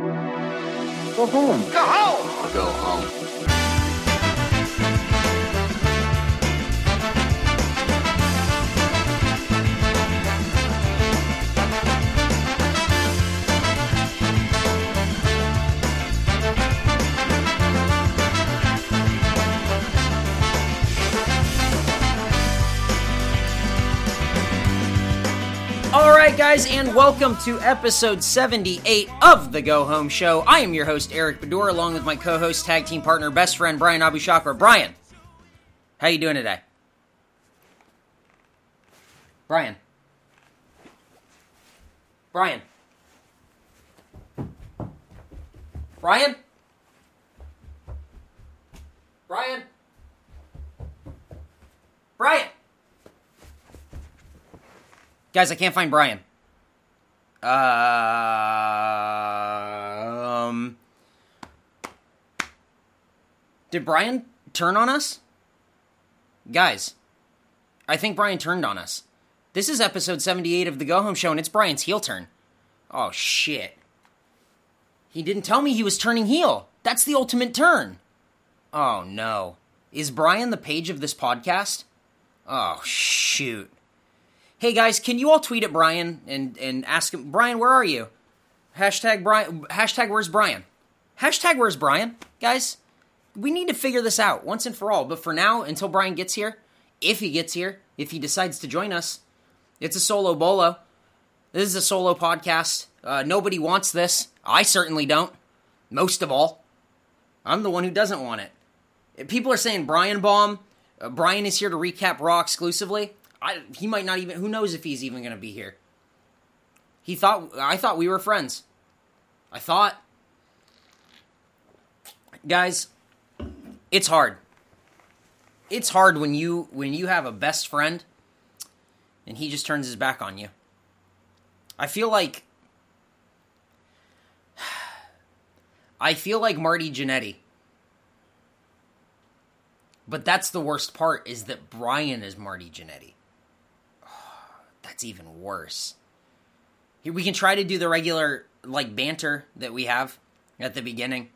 Go home. Go home! Go home. All right, guys, and welcome to episode 78 of The Go Home Show. I am your host, Eric Bedour, along with my co host, tag team partner, best friend, Brian Abishakra. Brian, how you doing today? Brian. Brian. Brian? Brian? Brian! Guys, I can't find Brian. Uh, um, did Brian turn on us? Guys, I think Brian turned on us. This is episode 78 of The Go Home Show, and it's Brian's heel turn. Oh, shit. He didn't tell me he was turning heel. That's the ultimate turn. Oh, no. Is Brian the page of this podcast? Oh, shoot hey guys, can you all tweet at Brian and and ask him, Brian, where are you? Hashtag Brian. Hashtag where's Brian? Hashtag where's Brian? Guys, we need to figure this out once and for all. But for now, until Brian gets here, if he gets here, if he decides to join us, it's a solo bolo. This is a solo podcast. Uh, nobody wants this. I certainly don't. Most of all, I'm the one who doesn't want it people are saying Brian Baum. Uh, Brian is here to recap Raw exclusively. I, he might not even. Who knows if he's even going to be here? He thought. I thought we were friends. I thought. Guys, it's hard. It's hard when you when you have a best friend, and he just turns his back on you. I feel like. I feel like Marty Jannetty. But that's the worst part is that Brian is Marty Jannetty. that's even worse. Here we can try to do the regular like banter that we have at the beginning.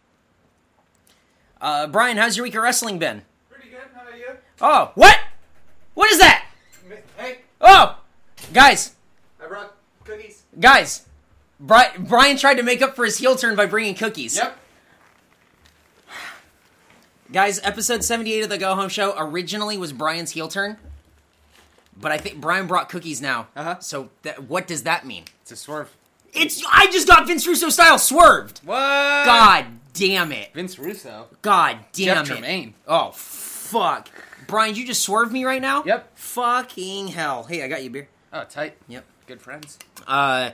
Uh, Brian, how's your week of wrestling been? Pretty good, how are you? Oh, what? What is that? Hey, Oh, guys, I brought cookies. guys. Bri- Brian tried to make up for his heel turn by bringing cookies. Guys, episode 78 of the Go Home Show originally was Brian's heel turn, but I think Brian brought cookies now. Uh-huh. So that, what does that mean? It's a swerve. It's I just got Vince Russo style swerved. What? God damn it. Vince Russo. God damn Jeff it. Tremaine. Oh fuck. Brian, you just swerved me right now? Yep. Fucking hell. Hey, I got you beer. Oh, tight. Yep. Good friends. Uh,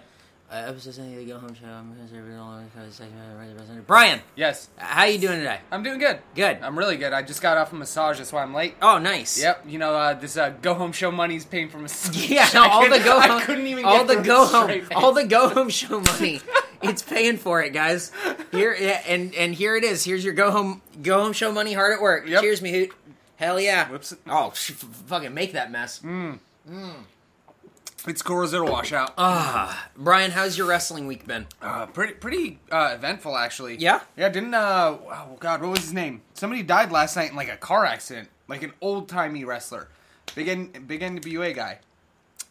uh episode 78 of the Go Home Show. I'm gonna serve it all for the second of the rest of the- Brian, Yes. how you doing today? I'm doing good. Good. I'm really good. I just got off a massage, that's why I'm late. Oh, nice. Yep, you know uh, this uh, go home show money's paying for massage. Yeah, no, I all the couldn't- go home, I couldn't even all get the through go this home, straight all face. the go home show money. it's paying for it, guys. Here yeah, and and here it is. Here's your go home go home show money. Hard at work. Yep. Cheers, me hoot. Hell yeah. Whoops. Oh, sh- f- fucking make that mess. It's Cora's Zero washout. Brian, how's your wrestling week been? Uh, pretty pretty uh, eventful actually. Yeah? Yeah. Didn't uh oh god what was his name? Somebody died last night in like a car accident, like an old timey wrestler, big N big NWA guy.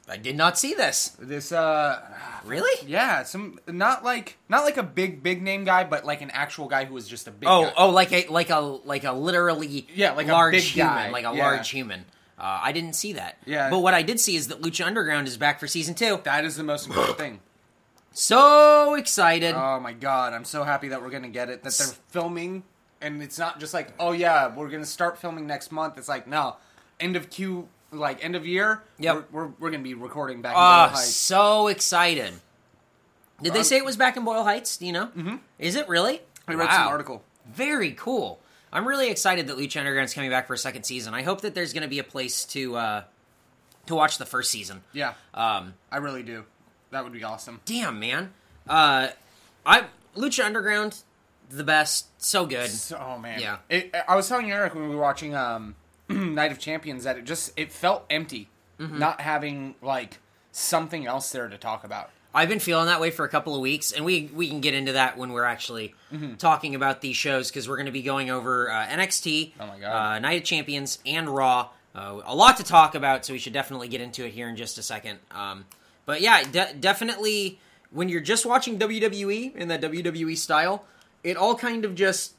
I did not see this. This uh Really? yeah some not like not like a big big name guy, but like an actual guy who was just a big. Oh, guy. oh, like a like a like a literally Yeah, like a large big human, guy. like a Yeah. large human. Uh, I didn't see that. Yeah. But what I did see is that Lucha Underground is back for season two. That is the most important thing. So excited. Oh my god, I'm so happy that we're gonna get it. That they're filming, and it's not just like, oh yeah, we're gonna start filming next month. It's like, no, end of Q, like end of year. Yep. we're, we're, we're gonna be recording back. in Ah, Boyle Heights. so excited. Did they Um, say it was back in Boyle Heights? Do you know? Mm-hmm. Is it really? I read some article. Very cool. I'm really excited that Lucha Underground's coming back for a second season. I hope that there's going to be a place to uh, to watch the first season. Yeah, Um, I really do. That would be awesome. damn, man. Uh, I Lucha Underground, the best. So good. So, oh man, Yeah. It, I was telling Eric when we were watching um, Night of Champions that Mm-hmm. it just it felt empty, not having like something else there to talk about. I've been feeling that way for a couple of weeks, and we we can get into that when we're actually Mm-hmm. talking about these shows because we're going to be going over uh, NXT, Oh my God. uh, Night of Champions, and Raw. Uh, a lot to talk about, so we should definitely get into it here in just a second. Um, but yeah, de- definitely when you're just watching WWE in that WWE style, it all kind of just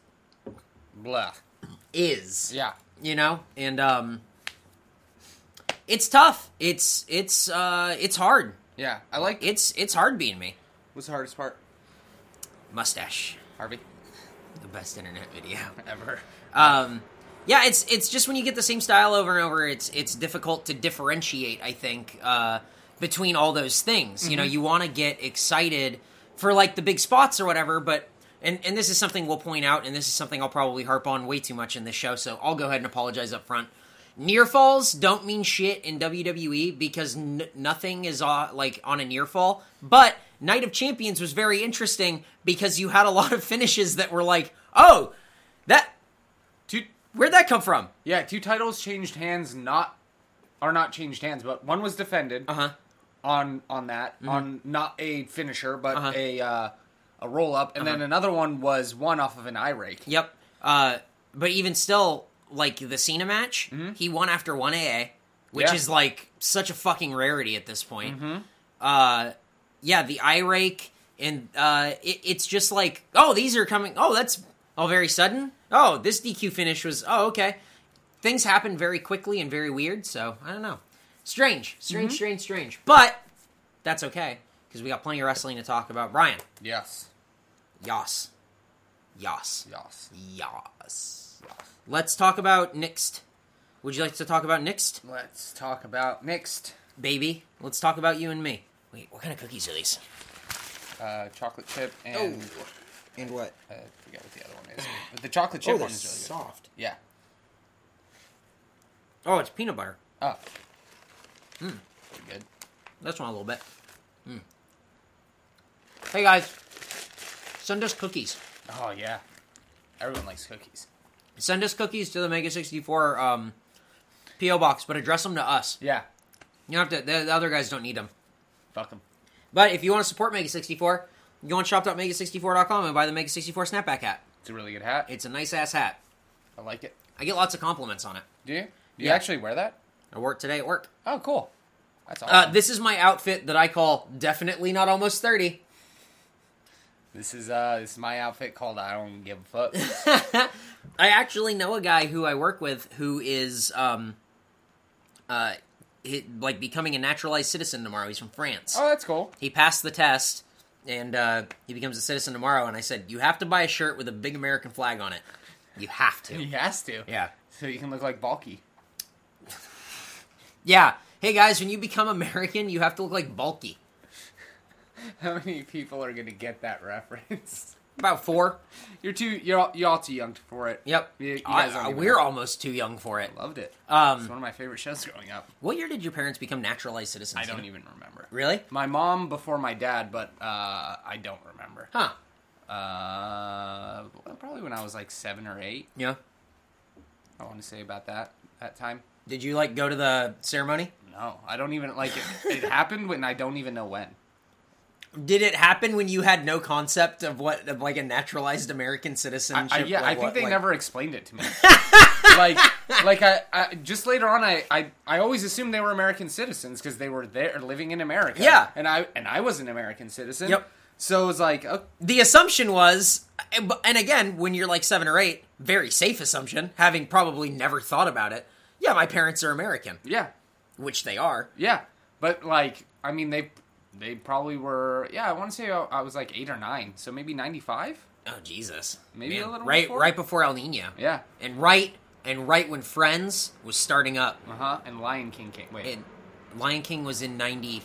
Blah. is Yeah. you know and um it's tough it's it's uh it's hard Yeah. I like it. it's it's hard being me What's the hardest part? mustache Harvey. the best internet video Ever. um yeah it's it's just when you get the same style over and over it's it's difficult to differentiate i think uh between all those things you know you want to get excited for like the big spots or whatever but and and this is something we'll point out and this is something i'll probably harp on way too much in this show so i'll go ahead and apologize up front near falls don't mean shit in wwe because n- nothing is uh, like on a near fall but night of champions was very interesting because you had a lot of finishes that were like oh that Two. Where'd that come from? Yeah. Two titles changed hands. Not are not changed hands, but one was defended huh. on on that on not a finisher, but Mm-hmm. Uh-huh. a uh, a roll up, and then another one was one off of an eye rake. Yep. Uh, but even still, like the Cena match, he won after one AA, which Yeah. is like such a fucking rarity at this point. Uh, yeah, the eye rake, and uh, it, it's just like, oh, these are coming. Oh, that's all very sudden. Oh, this DQ finish was. Oh, okay. Things happen very quickly and very weird. So I don't know. Strange, strange, strange, strange. But that's okay because we got plenty of wrestling to talk about. Brian, Yes. Yas. Yas. Yes. Yas. Let's talk about next. Would you like to talk about next, Let's talk about next baby? Let's talk about you and me. Wait, what kind of cookies are these? uh, chocolate chip and And what? Oh, uh, I forget what the other one is. But Oh, the chocolate chip one is really good. soft. Yeah. Oh, it's peanut butter. Oh. Hmm. Pretty good. That's one a little bit. Mm. Hey guys, send us cookies. Oh yeah. Everyone likes cookies. Send us cookies to the Mega sixty four um, PO box, but address them to us. Yeah. You don't have to. The, the other guys don't need them. Fuck them. But if you want to support Mega sixty four, go on shop.mega64.com and buy the Mega sixty four snapback hat. It's a really good hat. It's a nice ass hat. I like it. I get lots of compliments on it. Do you? Do you Yeah. actually wear that? I work today at work. Oh, cool. That's awesome. Uh, this is my outfit that I call definitely not almost 30. this is uh, this is my outfit called I don't give a fuck. I actually know a guy who I work with who is um uh he, like becoming a naturalized citizen tomorrow. He's from France. oh, that's cool. He passed the test and uh he becomes a citizen tomorrow and I said you have to buy a shirt with a big American flag on it. You have to. He has to. yeah. So you can look like bulky. Yeah. Hey guys, when you become American, you have to look like bulky. How many people are gonna get that reference? About 4. You're too. You're all, you're all too young for it. Yep. You, you I- guys don't I- even we're know. almost too young for it. loved it. Um, it's one of my favorite shows growing up. What year did your parents become naturalized citizens? I don't even remember. Really? My mom before my dad, but uh, I don't remember. Huh. Uh, well, probably when I was like seven or eight. Yeah. I want to say about that that time. Did you like go to the ceremony? No, I don't even like it. it happened when I don't even know when. Did it happen when you had no concept of what of like a naturalized American citizenship? I, yeah, like I think what- they like- never explained it to me. like, like I, I just later on, I, I, I always assumed they were American citizens because they were there living in America. Yeah. and I and I was an American citizen. Yep. So it was like, oh, The assumption was, and again, when you're like seven or eight, very safe assumption, having probably never thought about it. Yeah, my parents are American, yeah, which they are. yeah. But like, I mean, they they probably were. Yeah, I want to say I, I was like eight or nine, so maybe ninety five. Oh Jesus! Maybe a little right, before? right before El Nino. Yeah. and right and right when Friends was starting up, Uh huh. And Lion King came. Wait, and Lion King was in ninety.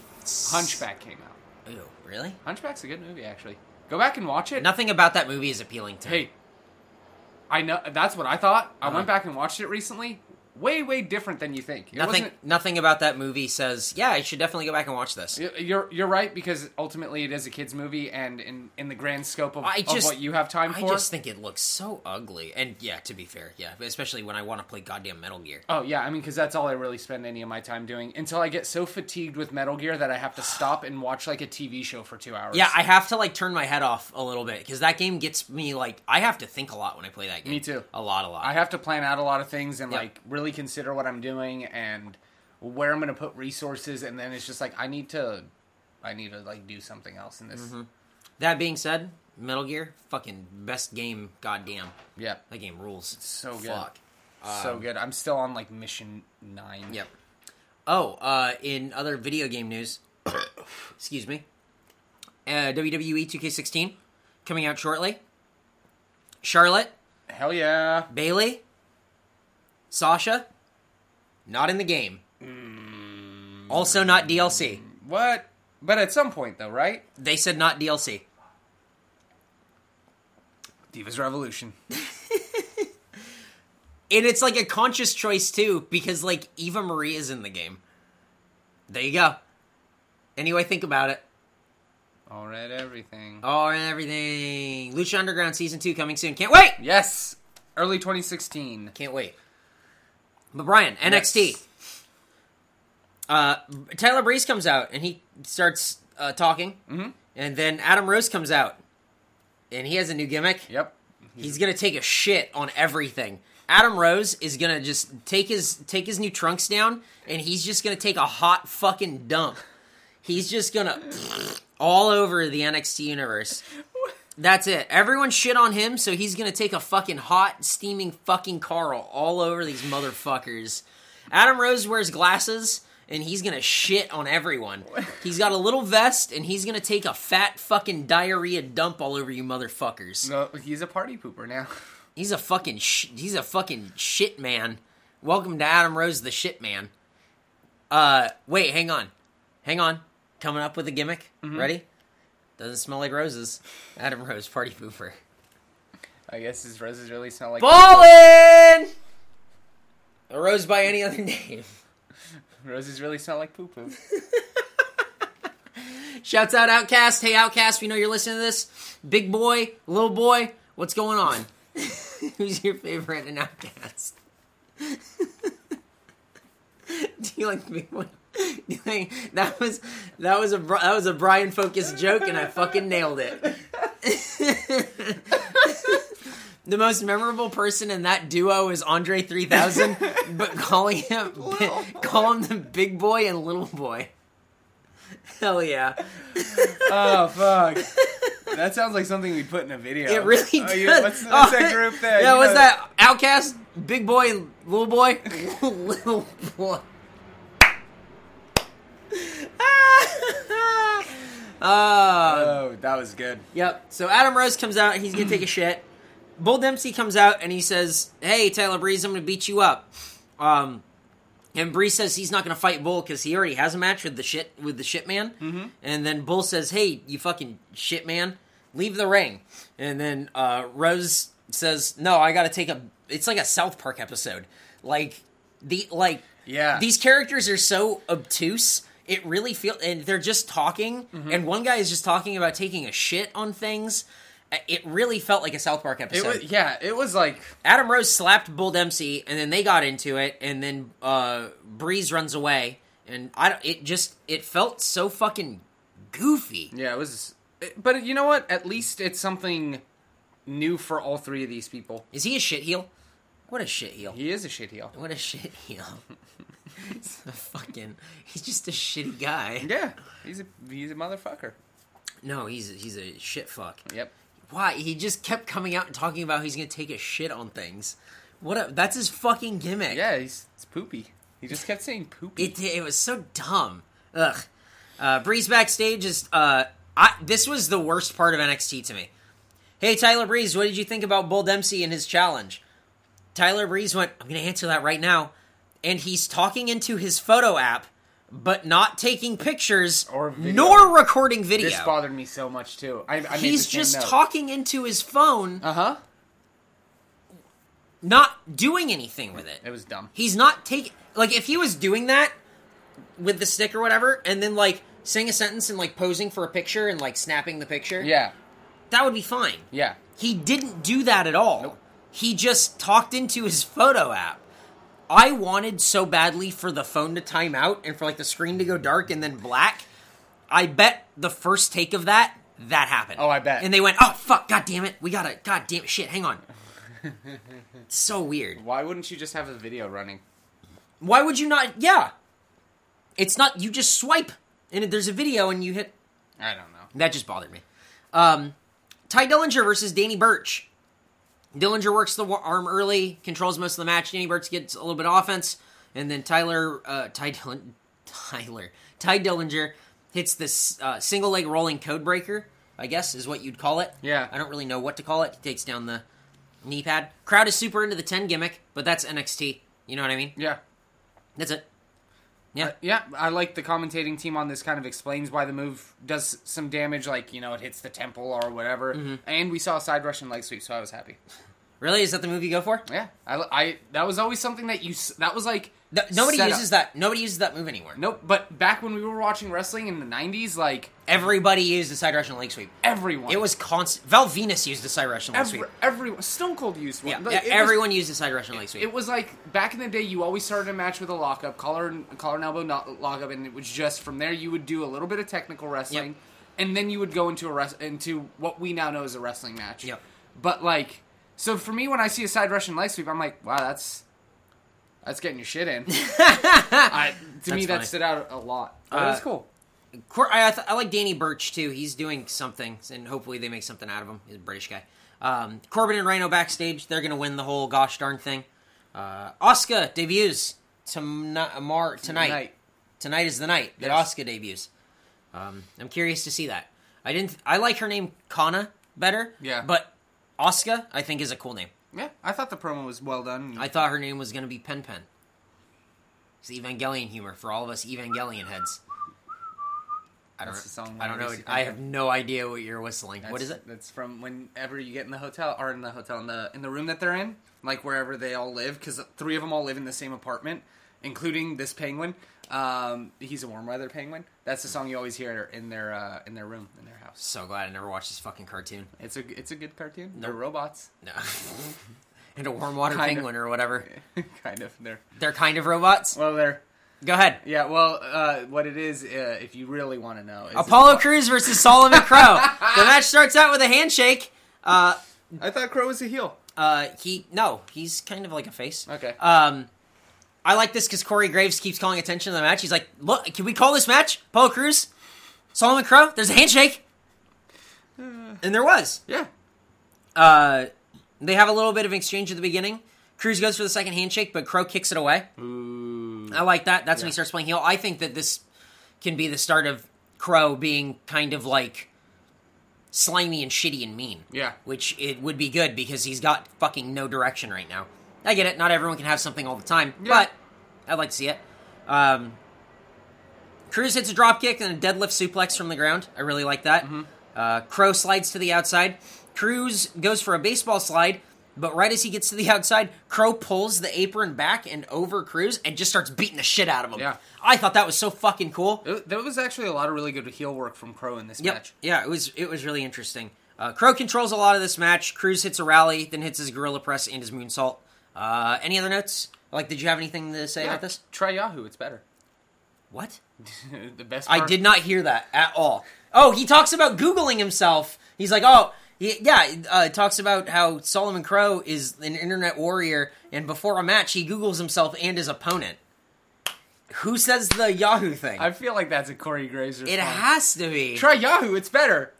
Hunchback came out. Ew, really? Hunchback's a good movie, actually. Go back and watch it. Nothing about that movie is appealing to me. Uh-huh. Hey, I know that's what I thought. I went back and watched it recently. way way different than you think. It Nothing, wasn't- nothing about that movie says, yeah, I should definitely go back and watch this. Y- You're you're right because ultimately it is a kids movie, and in in the grand scope of, I of just- what you have time I for. just think it looks so ugly. And yeah, to be fair, yeah, especially when I want to play goddamn Metal Gear. Oh yeah, I mean because that's all I really spend any of my time doing until I get so fatigued with Metal Gear that I have to stop and watch like a TV show for two hours. Yeah, I have to like turn my head off a little bit because that game gets me like I have to think a lot when I play that game. Me too. A lot, a lot. I have to plan out a lot of things and Yep. like really consider what I'm doing and where I'm going to put resources, and then it's just like I need to, I need to like do something else in this. Mm-hmm. that being said, Metal Gear, fucking best game. Goddamn, Yeah, that game rules. so good, Fuck. Um, so good. I'm still on like mission nine. Yep. Oh, uh, in other video game news, excuse me, uh, WWE 2K16 coming out shortly. Charlotte, Hell yeah. Bailey, Sasha, not in the game. Also not DLC. What? But at some point though, right? They said not DLC. Divas Revolution. And it's like a conscious choice too, because like Eva Marie is in the game. There you go. Anyway, think about it. All right, everything. Oh, and everything. Lucha Underground season two coming soon. Can't wait. Yes, early 2016. Can't wait. But Brian, NXT. Yes. Uh, Tyler Breeze comes out and he starts uh, talking, mm-hmm. and then Adam Rose comes out, and he has a new gimmick. Yep. He's gonna take a shit on everything. Adam Rose is gonna just take his take his new trunks down, and he's just gonna take a hot fucking dump. He's just gonna all over the NXT universe. That's it. Everyone shit on him, so he's gonna take a fucking hot, steaming fucking Carl all over these motherfuckers. Adam Rose wears glasses, and he's gonna shit on everyone. He's got a little vest, and he's gonna take a fat fucking diarrhea dump all over you motherfuckers. No, he's a party pooper now. He's a fucking sh- he's a fucking shit man. Welcome to Adam Rose the shit man. Uh wait, hang on. Hang on. Coming up with a gimmick. Ready? Doesn't smell like roses. Adam Rose party pooper. I guess his roses really smell like Ballin! A rose by any other name. roses really smell like poo poo. Shouts out Outcast. Hey Outcast, we know you're listening to this. Big boy, little boy, what's going on? Who's your favorite in Outcast? Do you like the big boy? Do you like- that was that was a Bri- that was a Brian focused joke, and I fucking nailed it. the most memorable person in that duo is Andre 3000, but calling him Little boy. call him the big boy and little boy. Hell yeah. oh fuck. That sounds like something we'd put in a video. It really oh, does. You, what's what's Oh, that group there? Yeah, You what's know- that? Outcast, Big Boy, and Little Boy, Little Boy. uh, Oh, that was good. yep. So Adam Rose comes out. He's gonna take a shit. Bull Dempsey comes out and he says, "Hey, Tyler Breeze, I'm gonna beat you up." Um, and Breeze says he's not gonna fight Bull because he already has a match with the shit with the shit man. Mm-hmm. And then Bull says, "Hey, you fucking shit man, leave the ring." And then uh, Rose says, "No, I gotta take a." It's like a South Park episode. Like the like Yeah. these characters are so obtuse. It really feel and they're just talking, Mm-hmm. and one guy is just talking about taking a shit on things. Uh, It really felt like a South Park It episode. was, yeah, it was like Adam Rose slapped Bull Dempsey, and then they got into it, and then uh, Breeze runs away, and I don't- it just it felt so fucking goofy. yeah, it was. It, but you know what? At least it's something new for all three of these people. Is he a shit heel? What a shit heel! He is a shit heel. What a shit heel! It's a fucking he's just a shitty guy. Yeah, he's a he's a motherfucker. No, he's he's a shit fuck. Yep. Why he just kept coming out and talking about he's gonna take a shit on things. What a, that's his fucking gimmick. Yeah, he's it's poopy. He just kept saying poopy. It it was so dumb. Ugh. Uh, Breeze backstage is. Uh, I this was the worst part of NXT to me. Hey Tyler Breeze, what did you think about Bull Dempsey and his challenge? Tyler Breeze went. I'm gonna answer that right now, and he's talking into his photo app, but not taking pictures Or video. nor recording video. this bothered me so much too. I, I made the he's same just note. talking into his phone. Uh huh. not doing anything with it. It was dumb. He's not taking like if he was doing that with the stick or whatever, and then like saying a sentence and like posing for a picture and like snapping the picture. Yeah, that would be fine. yeah. He didn't do that at all. He just talked into his photo app. I wanted so badly for the phone to time out and for like the screen to go dark and then black. I bet the first take of that that happened. Oh, I bet. And they went, "Oh fuck, god damn it. We got to god damn shit, hang on." It's so weird. Why wouldn't you just have a video running? Why would you not? Yeah. It's not you just swipe and there's a video and you hit I don't know. that just bothered me. Um, Ty Dillinger versus Danny Birch. Dillinger works the wa- arm early, controls most of the match. Danny Birch gets a little bit of offense, and then Tyler, uh, Ty Dillin, Tyler, Ty Dillinger hits this uh, single leg rolling code breaker. I guess is what you'd call it. Yeah. I don't really know what to call it. He takes down the knee pad. Crowd is super into the ten gimmick, but that's NXT. You know what I mean? Yeah. Uh, That's it. Yeah. Yeah, I like the commentating team on this kind of explains why the move does some damage, like, you know, it hits the temple or whatever. And we saw a side rush and leg sweep, so I was happy. really, is that the move you go for? Yeah, I, I that was always something that you, s- that was like. Th- nobody setup. uses that. Nobody uses that move anymore. Nope, but back when we were watching wrestling in the 90s, like, Everybody used the side rush and leg sweep. everyone. It was constant. Val Venus used the side rush and leg every, sweep. everyone. Stone Cold used one. Yeah, Like, yeah, it was- everyone used the side rush and leg sweep. It was like back in the day, you always started a match with a lockup, collar and collar and elbow not lockup, and it was just from there you would do a little bit of technical wrestling, Yep. and then you would go into a res- into what we now know as a wrestling match. Yep. But like, so for me, when I see a side Russian leg sweep, I'm like, wow, that's that's getting your shit in. I, to me, That's funny. that stood out a lot. But it Uh, was cool. Cor- I, I, th- I like Danny Birch too. He's doing something, and hopefully they make something out of him. He's a British guy. Um, Corbin and Rhino backstage. They're gonna win the whole gosh darn thing. Uh, Oscar debuts tomorrow tonight. Tonight. Tonight is the night that Yes. Oscar debuts. Um, I'm curious to see that. I didn't. I like her name Kana better. Yeah. But Oscar, I think, is a cool name. Yeah, I thought the promo was well done. I thought her name was going to be Pen Pen. It's Evangelion humor for all of us Evangelion heads. I don't. That's the song I don't where know. we see I Pen have no idea what you're whistling. what That's- is it? That's from whenever you get in the hotel or in the hotel in the in the room that they're in, like wherever they all live, because three of them all live in the same apartment, including this penguin. Um, he's a warm weather penguin. That's the song you always hear in their uh, in their room in their house. So glad I never watched this fucking cartoon. It's a it's a good cartoon. They're robots, No. and a warm water Kind of. penguin or whatever. kind of. They're They're kind of robots. well, they're Go ahead. yeah. Well, uh, what it is, uh, if you really want to know, is Apollo Crews versus Solomon Crow. the match starts out with a handshake. Uh, I thought Crow was a heel. uh, he no, he's kind of like a face. Okay. Um, I like this because Corey Graves keeps calling attention to the match. He's like, "Look, can we call this match Apollo Cruz, Solomon Crow? There's a handshake." And there was. Yeah, Uh, they have a little bit of exchange at the beginning. Cruz goes for the second handshake, but Crow kicks it away. Hmm. I like that. That's when he starts playing heel. I think that this can be the start of Crow being kind of like slimy and shitty and mean. Yeah. Which it would be good because he's got fucking no direction right now. I get it. Not everyone can have something all the time, Yeah. but I'd like to see it. Um, Cruz hits a drop kick and a deadlift suplex from the ground. I really like that. Mm-hmm. Uh, Crow slides to the outside. Cruz goes for a baseball slide, but right as he gets to the outside, Crow pulls the apron back and over Cruz and just starts beating the shit out of him. Yeah. I thought that was so fucking cool. It- there was actually a lot of really good heel work from Crow in this Yep. match. Yeah, it was it was really interesting. Uh, Crow controls a lot of this match. Cruz hits a rally, then hits his gorilla press and his moonsault. Uh, any other notes? Like, did you have anything to say Yeah, about this? try Yahoo. It's better. What? the best. I part- did not hear that at all. Oh, he talks about Googling himself. He's like, oh, he, yeah, uh, it talks about how Solomon Crow is an internet warrior, and before a match, he Googles himself and his opponent. Who says the Yahoo thing? I feel like that's a Corey Grazer. it has to be. Try Yahoo. It's better.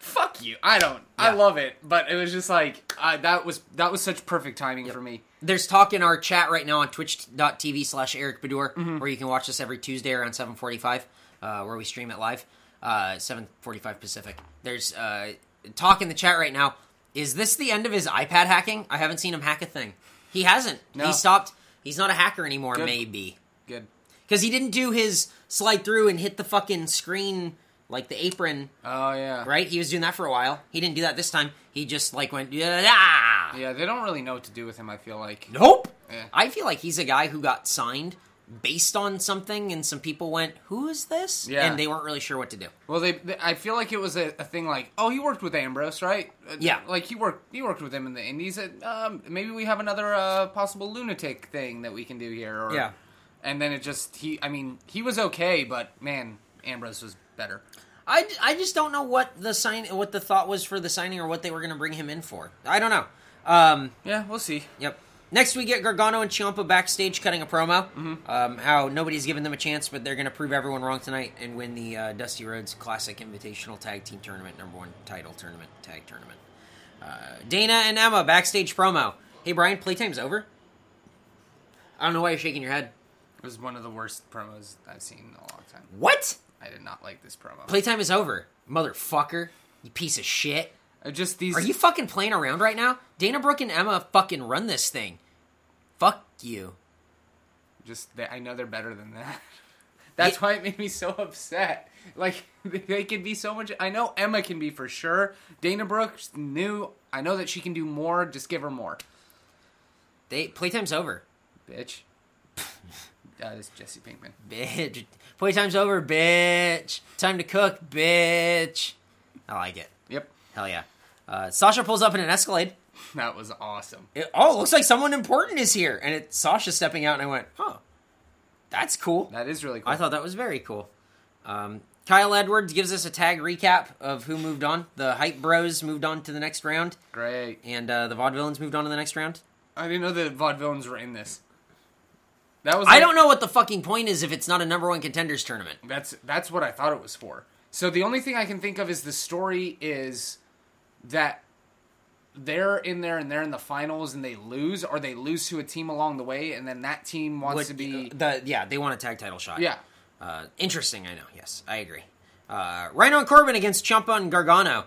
Fuck you. I don't. I Yeah. love it, but it was just like I that was that was such perfect timing for me. There's talk in our chat right now on twitch.tv slash Eric Bedour, where you can watch us every Tuesday around 745, uh, where we stream it live, uh, 745 Pacific. There's uh, talk in the chat right now. Is this the end of his iPad hacking? I haven't seen him hack a thing. He hasn't. No. He stopped. He's not a hacker anymore, Good. maybe. Good. Because he didn't do his slide through and hit the fucking screen, like the apron Oh yeah. right? He was doing that for a while. He didn't do that this time. He just like went yeah Nah. Yeah, they don't really know what to do with him. I feel like Nope. Yeah. I feel like he's a guy who got signed based on something, and some people went, "Who is this?" Yeah. and they weren't really sure what to do. Well, they, they- I feel like it was a, a thing like, oh, he worked with Ambrose, right? Uh, Yeah. like he worked he worked with him in the Indies. Uh, Um, maybe we have another uh, possible lunatic thing that we can do here. Or, Yeah. and then it just he. I mean, he was okay, but man, Ambrose was better. I, I just don't know what the sign what the thought was for the signing or what they were going to bring him in for. I don't know. Um, Yeah, we'll see. Yep. Next, we get Gargano and Ciampa backstage cutting a promo. Um, how nobody's given them a chance, but they're going to prove everyone wrong tonight and win the uh, Dusty Rhodes Classic Invitational Tag Team Tournament, number one title tournament, tag tournament. Uh, Dana and Emma backstage promo. Hey, Brian, playtime's over. I don't know why you're shaking your head. It was one of the worst promos I've seen in a long time. What? I did not like this promo. Playtime is over, motherfucker. You piece of shit. Uh, just these. Are you fucking playing around right now? Dana Brooke and Emma fucking run this thing. Fuck you. just they, I know they're better than that. That's Yeah. why it made me so upset. Like they could be so much. I know Emma can be for sure. Dana Brooks knew. I know that she can do more. Just give her more, They playtime's over. bitch. that is Jesse Pinkman. bitch. Playtime's over, bitch. Time to cook, bitch. I like it. Yep, Hell yeah. Uh, Sasha pulls up in an Escalade. that was awesome. It, oh, it looks like someone important is here, and it's Sasha stepping out. And I went, huh, that's cool. That is really cool. I thought that was very cool. Um, Kyle Edwards gives us a tag recap of who moved on. The Hype Bros moved on to the next round, great. and uh, the Vaudevillains moved on to the next round. I didn't know the vaudevillains were in this. That was. I like- don't know what the fucking point is if it's not a number one contenders tournament. That's that's what I thought it was for. So the only thing I can think of is the story is that they're in there and they're in the finals and they lose or they lose to a team along the way and then that team wants What- to be the yeah, they want a tag title shot. yeah. Uh, interesting, I know. Yes, I agree. Uh, Rhino and Corbin against Ciampa and Gargano.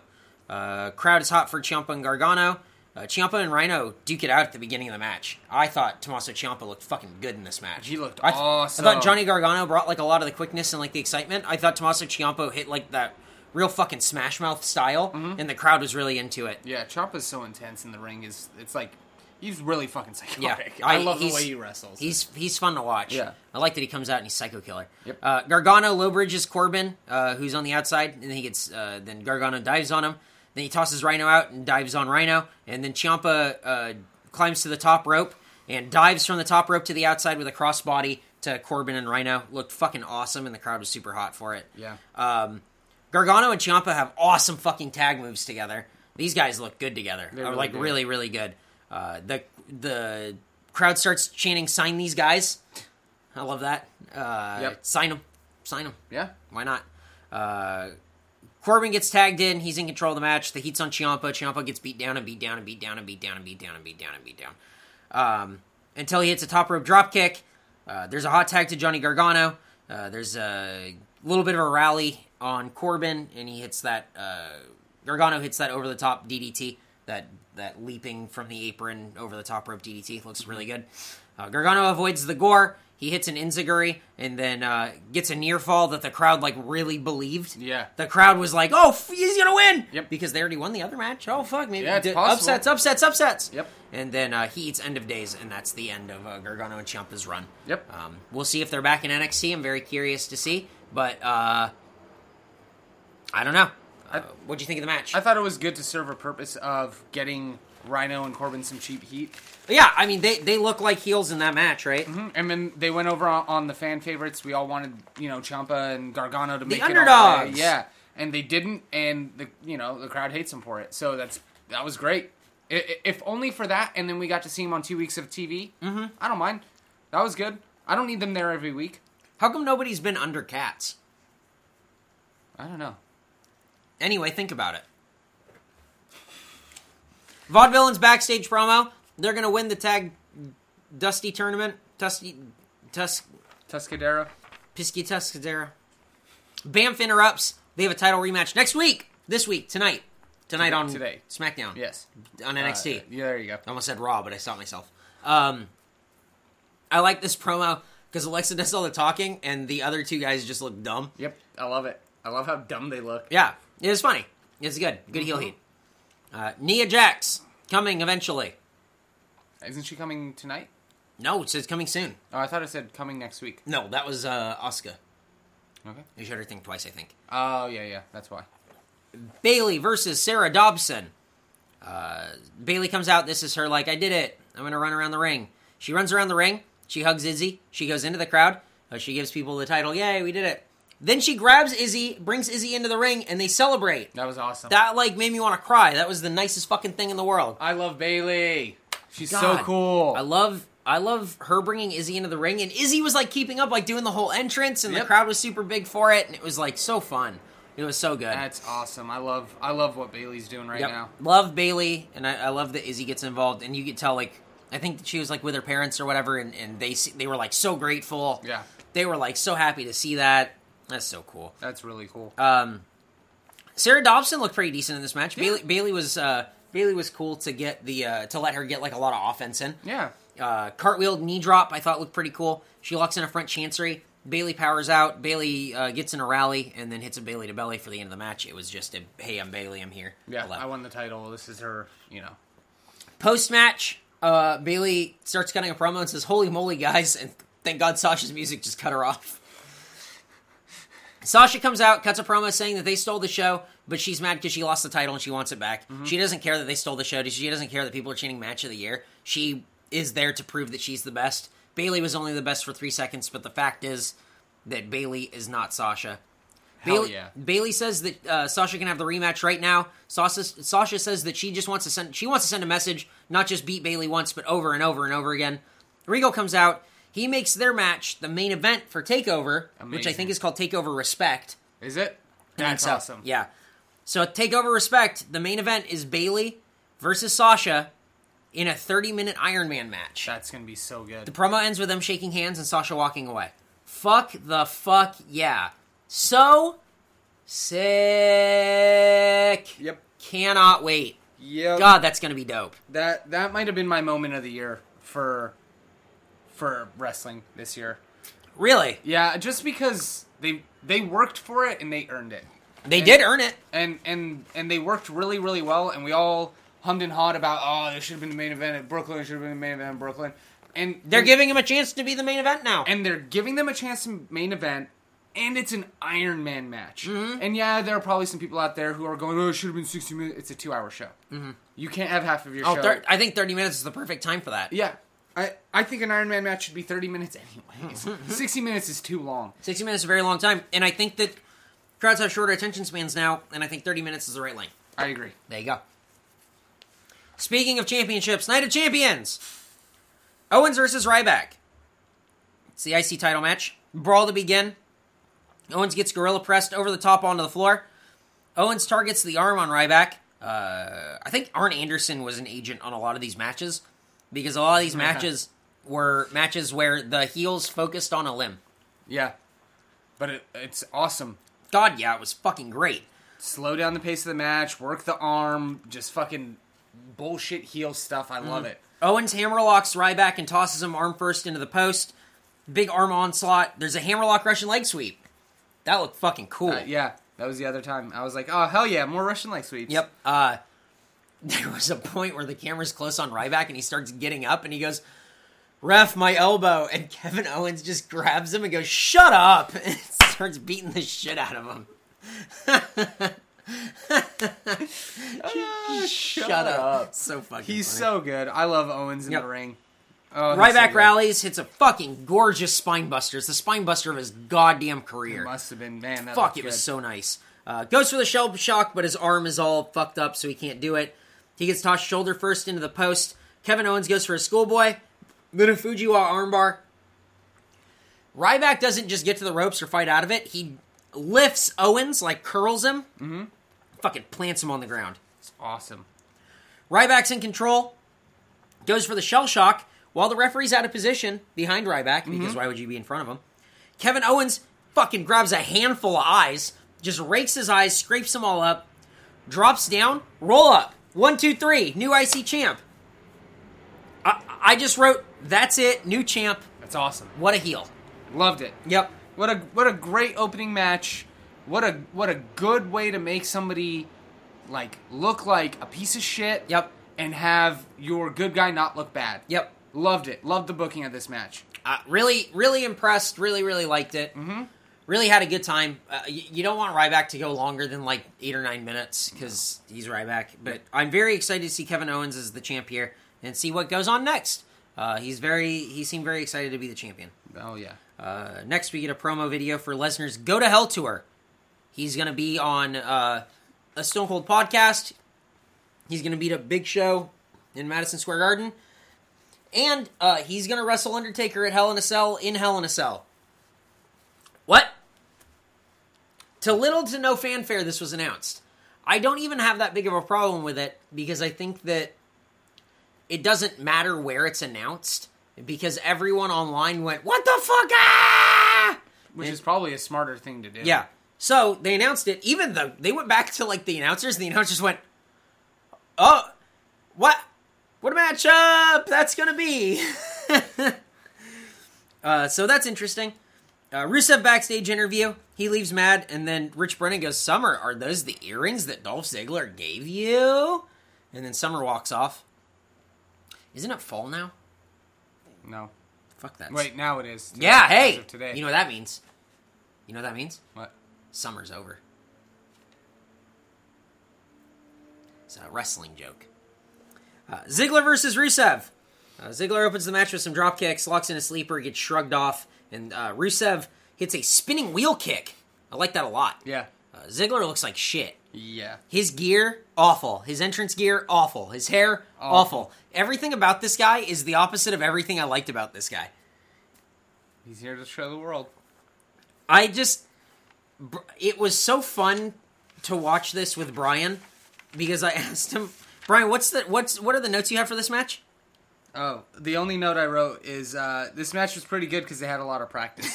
Uh, crowd is hot for Ciampa and Gargano. Uh, Ciampa and Rhino duke it out at the beginning of the match. I thought Tommaso Ciampa looked fucking good in this match. He looked I th- awesome. I thought Johnny Gargano brought like a lot of the quickness and like the excitement. I thought Tommaso Ciampa hit like that real fucking Smash Mouth style, Mm-hmm. and the crowd was really into it. Yeah, Ciampa's so intense in the ring is it's like he's really fucking Yeah, psychotic. I, love the he's- way he wrestles. He's he's fun to watch. Yeah. I like that he comes out and he's psycho killer. Yep. Uh, Gargano Lowbridge is Corbin, uh, who's on the outside, and then he gets uh, then Gargano dives on him. Then he tosses Rhino out and dives on Rhino, and then Ciampa uh, climbs to the top rope and dives from the top rope to the outside with a crossbody to Corbin and Rhino. Looked fucking awesome, and the crowd was super hot for it. yeah. Um, Gargano and Ciampa have awesome fucking tag moves together. These guys look good together. They're really like do. really, really good. Uh, the the crowd starts chanting "Sign these guys." I love that. Uh, Yep. Sign them, sign them. yeah. Why not? Uh, Corbin gets tagged in. He's in control of the match. The heat's on Ciampa. Ciampa gets beat down and beat down and beat down and beat down and beat down and beat down and beat down. Um, until he hits a top rope drop kick. Uh, there's a hot tag to Johnny Gargano. Uh, there's a little bit of a rally on Corbin, and he hits that. Uh, Gargano hits that over the top DDT. That that leaping from the apron over the top rope DDT looks really good. Uh, Gargano avoids the gore. He hits an inziguri and then uh, gets a near fall that the crowd like really believed. Yeah. the crowd was like, "Oh, f- he's gonna win!" Yep. because they already won the other match. Oh fuck, maybe Yeah, it's d- possible. upsets, upsets, upsets. Yep. And then uh, he eats End of Days, and that's the end of uh, Gargano and Ciampa's run. Yep. Um, we'll see if they're back in NXT. I'm very curious to see, but uh, I don't know. Uh, what do you think of the match? I thought it was good to serve a purpose of getting Rhino and Corbin some cheap heat. yeah, I mean they they look like heels in that match, right? And then they went over on, on the fan favorites. We all wanted, you know, Champa and Gargano to make it all underdogs. the way. yeah, and they didn't, and the you know the crowd hates him for it. So that's that was great. I- I- If only for that, and then we got to see him on two weeks of TV. Mm-hmm. I don't mind. That was good. I don't need them there every week. How come nobody's been under cats? I don't know. Anyway, think about it. Vaudevillain's backstage promo. They're gonna win the tag Dusty tournament. Dusty Tusk Tuscadero. Pisky Tuscadera. Banff interrupts. They have a title rematch next week. This week, tonight. Tonight on Today. SmackDown. Yes. On Uh, NXT. yeah, there you go. I almost said Raw, but I stopped myself. Um, I like this promo because Alexa does all the talking and the other two guys just look dumb. Yep, I love it. I love how dumb they look. Yeah, it was funny. It's good. Good heel heat. Uh, Nia Jax Coming eventually. Isn't she coming tonight? No, it says coming soon. Oh, I thought it said coming next week. No, that was uh, Oscar. Okay. You should her think twice, I think. Oh yeah, yeah, that's why. Bailey versus Sarah Dobson. Uh, Bailey comes out. This is her like, I did it. I'm gonna run around the ring. She runs around the ring. She hugs Izzy. She goes into the crowd. Uh, she gives people the title. Yay, we did it. Then she grabs Izzy, brings Izzy into the ring, and they celebrate. That was awesome. That like made me want to cry. That was the nicest fucking thing in the world. I love Bailey. She's so God. cool. I love I love her bringing Izzy into the ring, and Izzy was like keeping up, like doing the whole entrance, and the Yep. crowd was super big for it, and it was like so fun. It was so good. that's awesome. I love I love what Bailey's doing right Yep. now. Love Bailey, and I, I love that Izzy gets involved, and you could tell like I think that she was like with her parents or whatever, and, and they se- they were like so grateful. Yeah. they were like so happy to see that. That's so cool. That's really cool. Um, Sarah Dobson looked pretty decent in this match. Bailey Bailey was uh, Bailey was cool to get the uh, to let her get like a lot of offense in. yeah. Uh, cartwheel knee drop I thought looked pretty cool. She locks in a front chancery. Bailey powers out. Bailey uh, gets in a rally and then hits a Bailey to belly for the end of the match. It was just a hey, I'm Bailey, I'm here. Yeah. Hello. I won the title. This is her, you know. Post match, uh, Bailey starts cutting a promo and says, "Holy moly, guys!" And thank God Sasha's music just cut her off. Sasha comes out, cuts a promo saying that they stole the show, but she's mad because she lost the title and she wants it back. Mm-hmm. She doesn't care that they stole the show. She doesn't care that people are chanting match of the year. She is there to prove that she's the best. Bailey was only the best for three seconds, but the fact is that Bailey is not Sasha. Hell Bailey, yeah. Bailey says that uh, Sasha can have the rematch right now. Sasha, Sasha says that she just wants to send she wants to send a message, not just beat Bailey once, but over and over and over again. Regal comes out. He makes their match the main event for Takeover, which I Amazing. think is called Takeover Respect. Is it? I think That's so. awesome. Yeah. So at Takeover Respect, the main event is Bailey versus Sasha in a 30 minute Iron Man match. That's gonna be so good. The promo ends with them shaking hands and Sasha walking away. Fuck the fuck yeah. So sick. Yep. Cannot wait. Yeah. God, that's gonna be dope. That that might have been my moment of the year for for wrestling this year. Really? Yeah, just because they they worked for it and they earned it. They did earn it. and and and they worked really really well and we all hummed and hawed about oh this should have been the main event at brooklyn it should have been the main event in brooklyn and They're giving him a chance to be the main event now. and they're giving them a chance to main event and it's an iron man match Mm-hmm. and yeah there are probably some people out there who are going oh it should have been 60 minutes it's a two hour show mm-hmm. you can't have half of your oh, show thir- I think 30 minutes is the perfect time for that. yeah I, I think an Iron Man match should be 30 minutes anyways. 60 minutes is too long. 60 minutes is a very long time, and I think that crowds have shorter attention spans now, and I think 30 minutes is the right length. I agree. There you go. Speaking of championships, Night of Champions. Owens versus Ryback. It's the IC title match. Brawl to begin. Owens gets gorilla pressed over the top onto the floor. Owens targets the arm on Ryback. Uh, I think Arn Anderson was an agent on a lot of these matches because a lot of these matches were matches where the heels focused on a limb. Yeah. But it, it's awesome. God, yeah, it was fucking great. slow down the pace of the match, work the arm, just fucking bullshit heel stuff. I love Mm-hmm. it. Owens hammerlocks Ryback and tosses him arm first into the post. Big arm onslaught. There's a hammerlock Russian leg sweep. That looked fucking cool. Uh, yeah, that was the other time. I was like, oh hell yeah, more Russian leg sweeps. Yep. Uh, there was a point where the camera's close on Ryback and he starts getting up and he goes, Ref, my elbow. And Kevin Owens just grabs him and goes, Shut up. And starts beating the shit out of him. Ah, shut, So fucking He's funny. so good. I love Owens in Yep. the ring. Oh, he's so Ryback good. rallies, hits a fucking gorgeous spine buster. It's the spine buster of his goddamn career. Must have been man. That Fuck, looked it was good. so nice. Uh, goes for the shell shock, but his arm is all fucked up, so he can't do it. He gets tossed shoulder first into the post. Kevin Owens goes for a schoolboy, then a Fujiwa armbar. Ryback doesn't just get to the ropes or fight out of it. He lifts Owens, like curls him, mm-hmm. fucking plants him on the ground. It's awesome. Ryback's in control, goes for the shell shock while the referee's out of position behind Ryback, because why would you be in front of him? Kevin Owens fucking grabs a handful of eyes, just rakes his eyes, scrapes them all up, drops down, roll up. One, two, three, new IC champ. I, I just wrote, that's it, new champ. That's awesome. What a heel. Loved it. Yep. What a what a great opening match. What a what a good way to make somebody like look like a piece of shit. Yep. and have your good guy not look bad. Yep. Loved it. Loved the booking of this match. Uh, really, really impressed. Really, really liked it. Mm-hmm. Really had a good time. Uh, you, you don't want Ryback to go longer than like eight or nine minutes because he's Ryback. But I'm very excited to see Kevin Owens as the champ here and see what goes on next. Uh, he's very. He seemed very excited to be the champion. Oh yeah. Uh, next, we get a promo video for Lesnar's Go to Hell tour. He's going to be on uh, a Stone Cold podcast. He's going to beat up Big Show in Madison Square Garden. And uh, he's going to wrestle Undertaker at Hell in a Cell in Hell in a Cell. What? To little to no fanfare, this was announced. I don't even have that big of a problem with it because I think that it doesn't matter where it's announced because everyone online went, "What the fuck?" Ah! Which is probably a smarter thing to do. Yeah. So they announced it. Even though they went back to like the announcers, the announcers went, "Oh, what? What a matchup that's gonna be!" uh, so that's interesting. Uh, Rusev backstage interview. He leaves mad, and then Rich Brennan goes, "Summer, are those the earrings that Dolph Ziggler gave you?" And then Summer walks off. Isn't it fall now? No. Fuck that. Wait, now it is. Today, Yeah, as hey. of Today. You know what that means? You know what that means? what? Summer's over. It's a wrestling joke. Uh, Ziggler versus Rusev. Uh, Ziggler opens the match with some drop kicks, locks in a sleeper, gets shrugged off, and uh, Rusev hits a spinning wheel kick. I like that a lot. Yeah. Uh, Ziggler looks like shit. Yeah. His gear, awful. His entrance gear, awful. His hair, awful. Everything about this guy is the opposite of everything I liked about this guy. He's here to show the world. I just br- it was so fun to watch this with Brian because I asked him, Brian, what's the what's what are the notes you have for this match? Oh, the only note I wrote is uh, this match was pretty good because they had a lot of practice.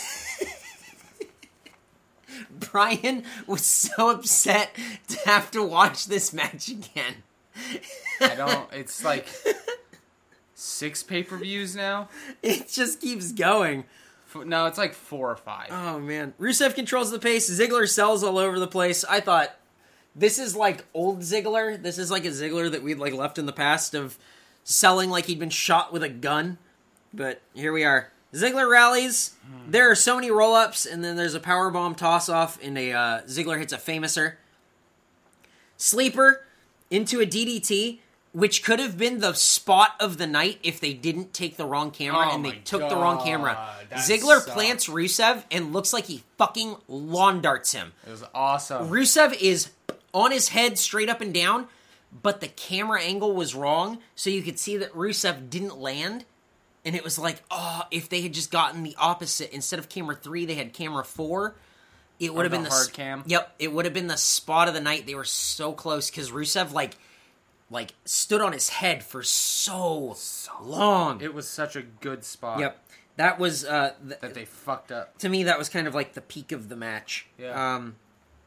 Brian was so upset to have to watch this match again. I don't. It's like six pay per views now. It just keeps going. F- No, it's like four or five. Oh man, Rusev controls the pace. Ziggler sells all over the place. I thought this is like old Ziggler. This is like a Ziggler that we'd like left in the past of selling like he'd been shot with a gun. But here we are. Ziggler rallies. Hmm. There are so many roll ups, and then there's a power bomb toss off, and a uh, Ziggler hits a famouser sleeper into a DDT. Which could have been the spot of the night if they didn't take the wrong camera Oh and they my took the wrong God, camera. that Ziggler sucked. plants Rusev and looks like he fucking lawn darts him. It was awesome. Rusev is on his head straight up and down, but the camera angle was wrong, so you could see that Rusev didn't land. And it was like, oh, if they had just gotten the opposite, instead of camera three, they had camera four. It would have the been the hard s- cam. Yep, it would have been the spot of the night. They were so close because Rusev like, like stood on his head for so, long. it was such a good spot. yep, that was uh, th- That they fucked up. to me that was kind of like the peak of the match. Yeah. Um,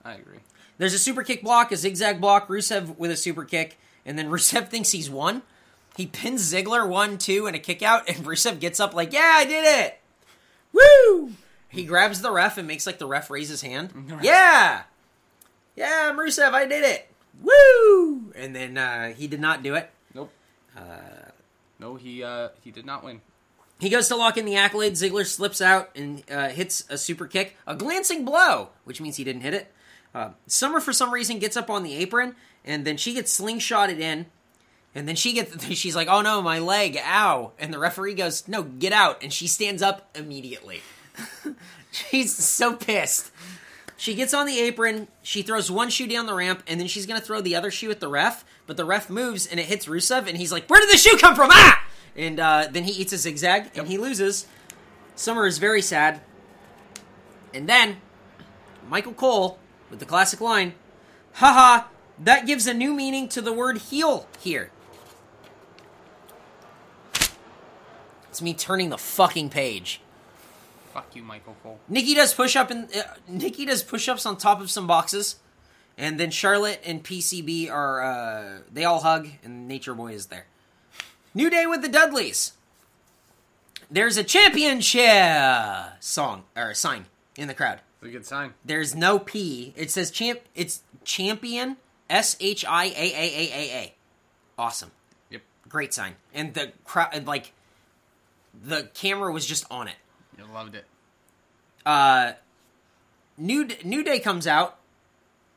I agree. there's a super kick block, a zigzag block, Rusev with a super kick, and then Rusev thinks he's won. He pins Ziggler one, two, and a kick out, and Rusev gets up like, "Yeah, I did it! Woo!" He grabs the ref and makes like the ref raise his hand. Yeah, yeah, I'm Rusev. I did it. Woo! And then uh, he did not do it. Nope. no, he uh, he did not win. He goes to lock in the accolade. Ziggler slips out and uh, hits a super kick, a glancing blow, which means he didn't hit it. Uh, Summer, for some reason, gets up on the apron, and then she gets slingshotted in, and then she gets she's like, "Oh no, my leg! Ow!" And the referee goes, "No, get out!" And she stands up immediately. she's so pissed. She gets on the apron, she throws one shoe down the ramp, and then she's gonna throw the other shoe at the ref, but the ref moves and it hits Rusev, and he's like, Where did the shoe come from? Ah! And uh, then he eats a zigzag and he loses. Summer is very sad. And then Michael Cole with the classic line, haha, that gives a new meaning to the word heel here. It's me turning the fucking page. Fuck you, Michael Cole. Nikki does push up and uh, Nikki does push ups on top of some boxes, and then Charlotte and PCB are uh, they all hug, and Nature Boy is there. New Day with the Dudleys. There's a championship song or sign in the crowd. It's a good sign. There's no P. It says champ. It's champion. S H I A A A A A. Awesome. Yep. Great sign. And the crowd, like, the camera was just on it. You loved it. Uh, New D- New Day comes out.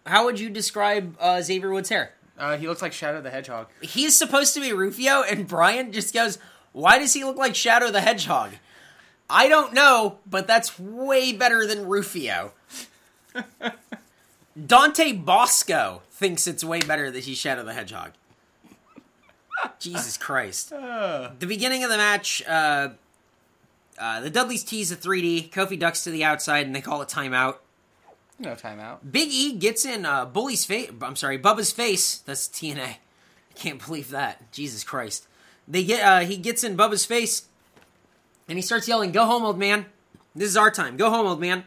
How would you describe uh, Xavier Woods' hair? Uh, he looks like Shadow the Hedgehog. He's supposed to be Rufio, and Brian just goes, "Why does he look like Shadow the Hedgehog?" I don't know, but that's way better than Rufio. Dante Bosco thinks it's way better that he's Shadow the Hedgehog. Jesus Christ. The beginning of the match, uh, uh, the Dudleys tease a 3D. Kofi ducks to the outside, and they call a timeout. No timeout. Big E gets in uh, Bully's face. I'm sorry, Bubba's face. That's TNA. I can't believe that. Jesus Christ. They get. Uh, he gets in Bubba's face, and he starts yelling, "Go home, old man. This is our time. Go home, old man."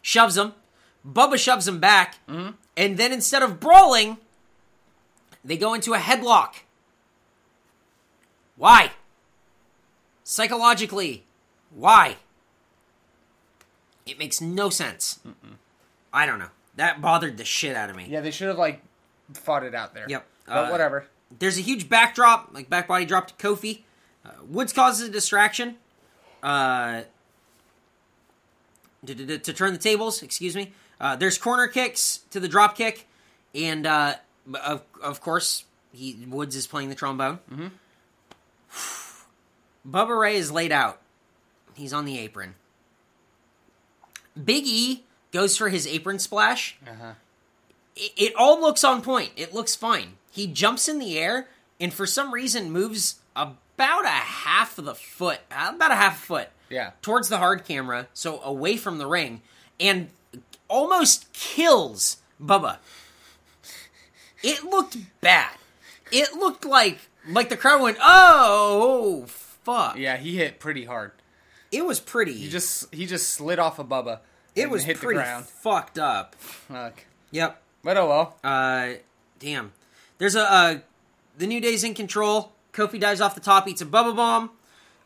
Shoves him. Bubba shoves him back, and then instead of brawling, they go into a headlock. Why? Psychologically, why? It makes no sense. I don't know. That bothered the shit out of me. Yeah, they should have like fought it out there. Yep. But Uh, whatever. There's a huge backdrop, like back body drop to Kofi. Uh, Woods causes a distraction uh, to, to, to turn the tables. Excuse me. Uh, there's corner kicks to the drop kick, and uh, of of course he Woods is playing the trombone. Mm-hmm. Bubba Ray is laid out. He's on the apron. Big E goes for his apron splash Uh-huh. it, it all looks on point. It looks fine. He jumps in the air and for some reason moves about a half of the foot, about a half foot Yeah. towards the hard camera, so away from the ring, and almost kills Bubba. It looked bad. It looked like like the crowd went, "Oh fuck!" Yeah, he hit pretty hard. It was pretty. He just he just slid off of Bubba. it and was hit pretty the ground. fucked up. Fuck. Yep. But oh well. Uh, damn. There's a uh, the new day's in control. Kofi dives off the top, eats a bubble bomb.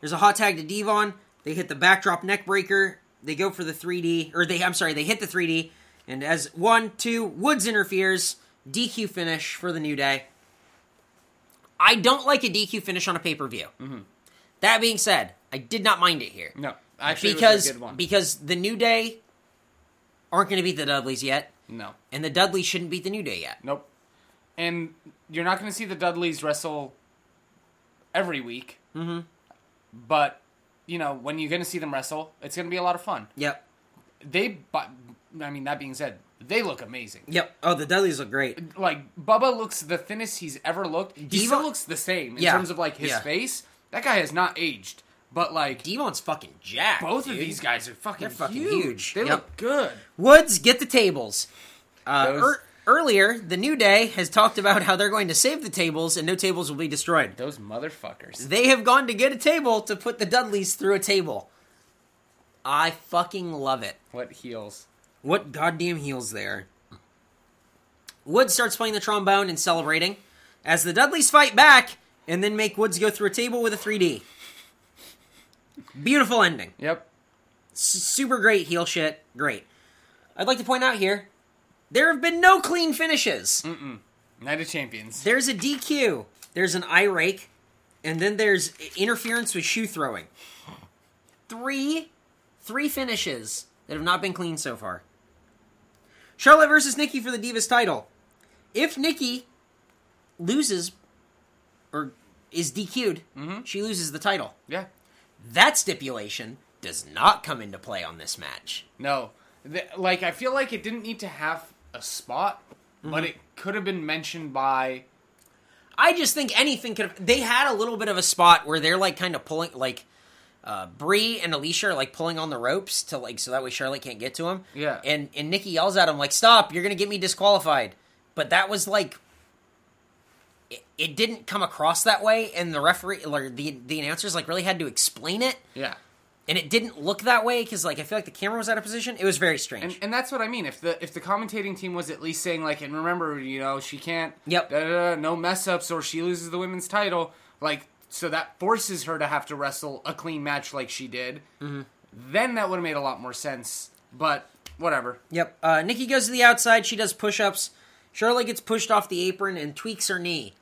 There's a hot tag to Devon. They hit the backdrop neck breaker. They go for the 3D, or they I'm sorry, they hit the 3D. And as one, two, Woods interferes. DQ finish for the new day. I don't like a DQ finish on a pay per view. That being said, I did not mind it here Mm-hmm. No, actually, it was because a good one. because the new day aren't going to beat the Dudleys yet, no, and the Dudleys shouldn't beat the new day yet. nope. And you're not going to see the Dudleys wrestle every week. Mm-hmm. But you know, when you're going to see them wrestle, it's going to be a lot of fun. Yep. They, but I mean, that being said, they look amazing. Yep. Oh, the Dudleys look great. like Bubba looks the thinnest he's ever looked. He Diva- still looks the same in Yeah. terms of like his Yeah. face. That guy has not aged, but like Devon's fucking jacked. both of dude. these guys are fucking, They're fucking huge. huge. They Yep. look good. Woods, get the tables. Uh, Those- ear- earlier, the New Day has talked about how they're going to save the tables and no tables will be destroyed. Those motherfuckers. They have gone to get a table to put the Dudleys through a table. I fucking love it. What heels? What goddamn heels they are. Woods starts playing the trombone and celebrating as the Dudleys fight back and then make Woods go through a table with a 3D. Beautiful ending. Yep. S- super great heel shit. Great. I'd like to point out here there have been no clean finishes. Night of Champions. There's a DQ, there's an eye rake, and then there's interference with shoe throwing. Three, three finishes that have not been clean so far. Charlotte versus Nikki for the Divas title. If Nikki loses or is DQ'd, she loses the title. Yeah. That stipulation does not come into play on this match. No. Th like I feel like it didn't need to have a spot, Mm-hmm. but it could have been mentioned by I just think anything could have. They had a little bit of a spot where they're like kind of pulling, like uh, Bree and Alicia are like pulling on the ropes to like so that way Charlotte can't get to him. Yeah. and and Nikki yells at him like, "Stop! You're gonna get me disqualified." But that was like. it- It didn't come across that way, and the referee or the the announcers like really had to explain it, yeah. and it didn't look that way because like I feel like the camera was out of position. It was very strange. And, and that's what I mean. If the if the commentating team was at least saying like, and remember, you know, she can't. Yep. Da, da, da, no mess ups, or she loses the women's title. Like, so that forces her to have to wrestle a clean match like she did. Mm-hmm. Then that would have made a lot more sense. But whatever. Yep. Uh, Nikki goes to the outside. She does push ups. Charlotte gets pushed off the apron and tweaks her knee.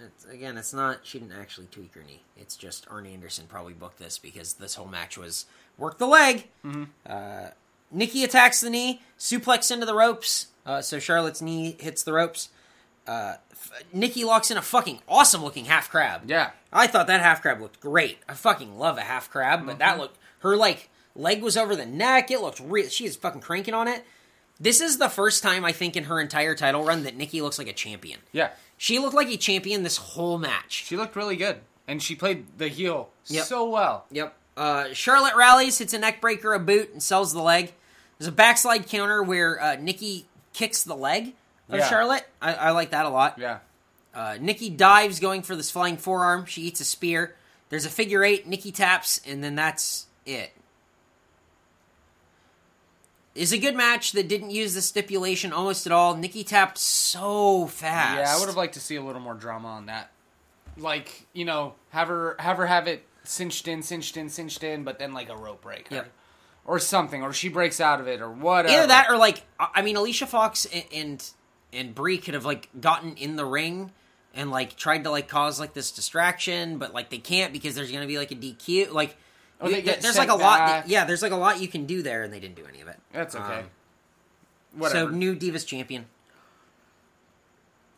It's, again, it's not. She didn't actually tweak her knee. It's just Arn Anderson probably booked this because this whole match was work the leg. Mm-hmm. Uh, Nikki attacks the knee, suplex into the ropes. Uh, so Charlotte's knee hits the ropes. Uh, f- Nikki locks in a fucking awesome looking half crab. Yeah. I thought that half crab looked great. I fucking love a half crab, Mm-hmm. but that looked her like leg was over the neck. It looked real. She is fucking cranking on it. This is the first time I think in her entire title run that Nikki looks like a champion. Yeah. She looked like a champion this whole match. She looked really good. And she played the heel Yep. so well. Yep. Uh, Charlotte rallies, hits a neck breaker, a boot, and sells the leg. There's a backslide counter where uh, Nikki kicks the leg of Yeah. Charlotte. I, I like that a lot. Yeah. Uh, Nikki dives, going for this flying forearm. She eats a spear. There's a figure eight. Nikki taps, and then that's it. It's a good match that didn't use the stipulation almost at all. Nikki tapped so fast. Yeah, I would have liked to see a little more drama on that. Like, you know, have her have her have it cinched in, cinched in, cinched in, but then like a rope break. Yep. Or, or something, or she breaks out of it, or whatever. either that or like I I mean Alicia Fox and and, and Brie could have like gotten in the ring and like tried to like cause like this distraction, but like they can't because there's gonna be like a DQ. Like Or they you- get there's sent like a lot. back. yeah, there's like a lot you can do there, and they didn't do any of it. That's okay. Um, whatever. So new Divas champion.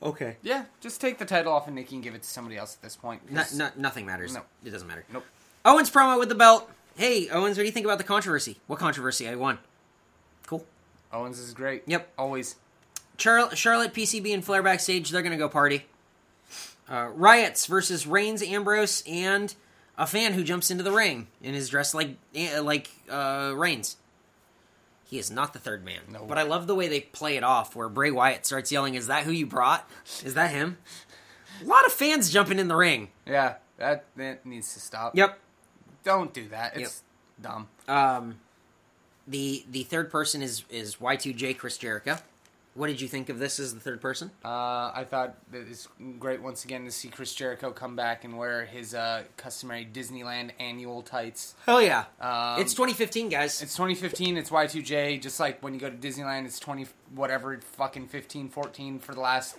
Okay. yeah, just take the title off of Nikki and give it to somebody else at this point. 'cause- nothing matters. No. It doesn't matter. Nope. Owens promo with the belt. Hey Owens, what do you think about the controversy? What controversy? I won. Cool. Owens is great. Yep. Always. Char- Charlotte, PCB, and Flair backstage. They're gonna go party. Uh, riots versus Reigns, Ambrose, and a fan who jumps into the ring and is dressed like eh, like uh, Reigns. He is not the third man, No. but I love the way they play it off. Where Bray Wyatt starts yelling, "Is that who you brought? Is that him?" A lot of fans jumping in the ring. Yeah, that, that needs to stop. Yep. Don't do that. It's dumb. Um, the the third person is is Y2J Chris Jericho. What did you think of this as the third person? Uh, I thought that it's great once again to see Chris Jericho come back and wear his uh, customary Disneyland annual tights. Hell yeah! Um, it's 2015, guys. It's 2015. It's Y2J. Just like when you go to Disneyland, it's 20 whatever fucking 15, 14 for the last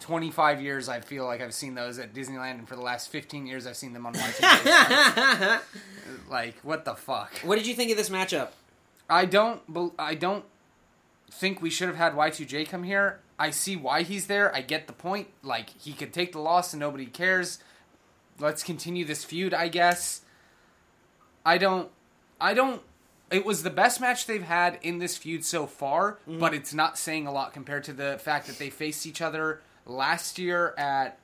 25 years. I feel like I've seen those at Disneyland, and for the last 15 years, I've seen them on Y2J. like what the fuck? What did you think of this matchup? I don't. bel- I don't think we should have had Y2J come here. I see why he's there. I get the point. Like he could take the loss and nobody cares. Let's continue this feud, I guess. I don't. I don't. It was the best match they've had in this feud so far, but it's not saying a lot compared to the fact that they faced each other last year at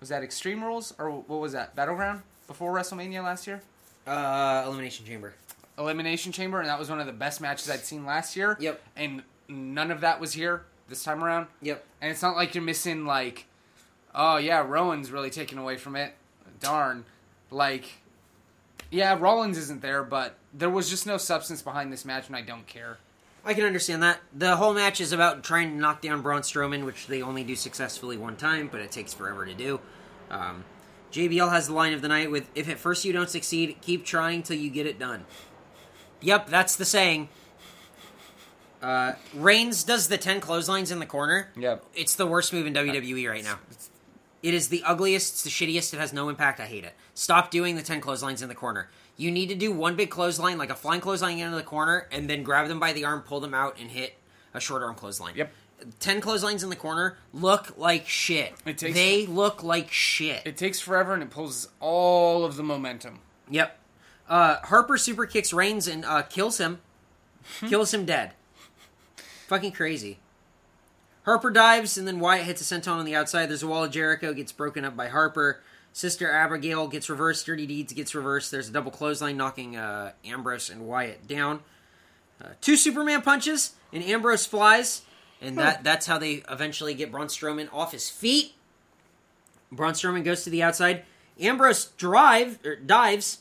was that Extreme Rules or what was that Battleground before WrestleMania last year? Uh, Elimination Chamber. Elimination Chamber, and that was one of the best matches I'd seen last year. Yep. And none of that was here this time around. Yep. And it's not like you're missing like, oh yeah, Rowan's really taken away from it. Darn. Like, yeah, Rollins isn't there, but there was just no substance behind this match, and I don't care. I can understand that. The whole match is about trying to knock down Braun Strowman, which they only do successfully one time, but it takes forever to do. Um, JBL has the line of the night with If at first you don't succeed, keep trying till you get it done. Yep, that's the saying. Uh, Reigns does the 10 clotheslines in the corner. Yep. It's the worst move in WWE right now. It is the ugliest, it's the shittiest, it has no impact. I hate it. Stop doing the 10 clotheslines in the corner. You need to do one big clothesline, like a flying clothesline into the corner, and then grab them by the arm, pull them out, and hit a short arm clothesline. Yep. 10 clotheslines in the corner look like shit. It takes- they look like shit. It takes forever, and it pulls all of the momentum. Yep. Uh, Harper super kicks Reigns and uh, kills him. kills him dead. Fucking crazy. Harper dives, and then Wyatt hits a senton on the outside. There's a wall of Jericho, gets broken up by Harper. Sister Abigail gets reversed. Dirty Deeds gets reversed. There's a double clothesline knocking uh, Ambrose and Wyatt down. Uh, two Superman punches, and Ambrose flies. And that, that's how they eventually get Braun Strowman off his feet. Braun Strowman goes to the outside. Ambrose drive or dives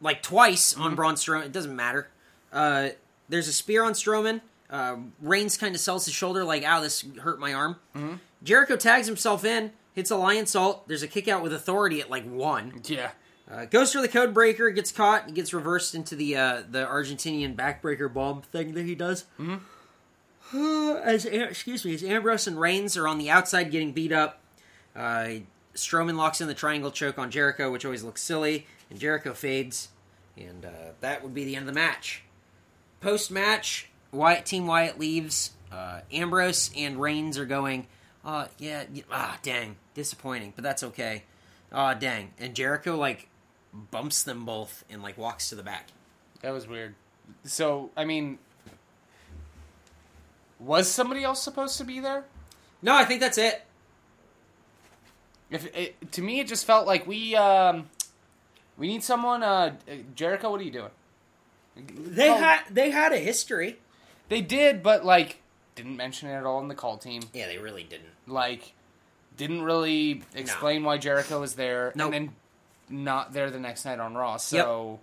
like twice on Braun Strowman. It doesn't matter. Uh, there's a spear on Strowman. Uh, Reigns kind of sells his shoulder, like, "Ow, this hurt my arm." Jericho tags himself in, hits a lion salt. There's a kick out with authority at like one. Yeah. Uh, goes for the code breaker, gets caught, and gets reversed into the uh, the Argentinian backbreaker bomb thing that he does. As Am- excuse me, as Ambrose and Reigns are on the outside getting beat up, Uh, Strowman locks in the triangle choke on Jericho, which always looks silly, and Jericho fades, and uh, that would be the end of the match. Post match, Wyatt Team Wyatt leaves. Uh, Ambrose and Reigns are going. Uh, yeah, y- ah, dang, disappointing, but that's okay. Ah, dang, and Jericho like bumps them both and like walks to the back. That was weird. So, I mean, was somebody else supposed to be there? No, I think that's it. If it, to me, it just felt like we um, we need someone. Uh, Jericho, what are you doing? They Oh. had they had a history. They did, but like didn't mention it at all in the call team. Yeah, they really didn't. Like didn't really explain why Jericho was there, Nope. and then not there the next night on Raw. So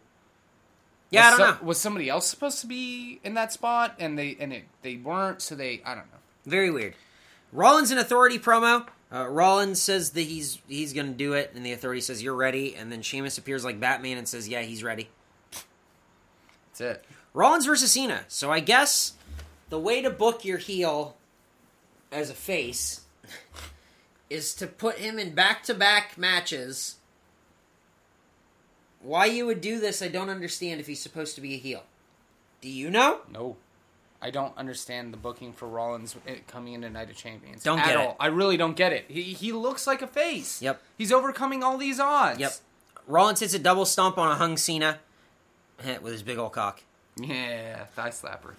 Yeah, I was don't some- know. Was somebody else supposed to be in that spot, and they and it, they weren't? So they I don't know. Very weird. Rollins an authority promo. Uh, Rollins says that he's he's going to do it, and the authority says you're ready. And then Sheamus appears like Batman and says, "Yeah, he's ready." That's it. Rollins versus Cena. So I guess the way to book your heel as a face is to put him in back-to-back matches. Why you would do this, I don't understand. If he's supposed to be a heel, do you know? No. I don't understand the booking for Rollins eh, coming into Night of Champions. Don't at get all. it. I really don't get it. He, he looks like a face. Yep. He's overcoming all these odds. Yep. Rollins hits a double stomp on a hung Cena heh, with his big old cock. Yeah, thigh slapper.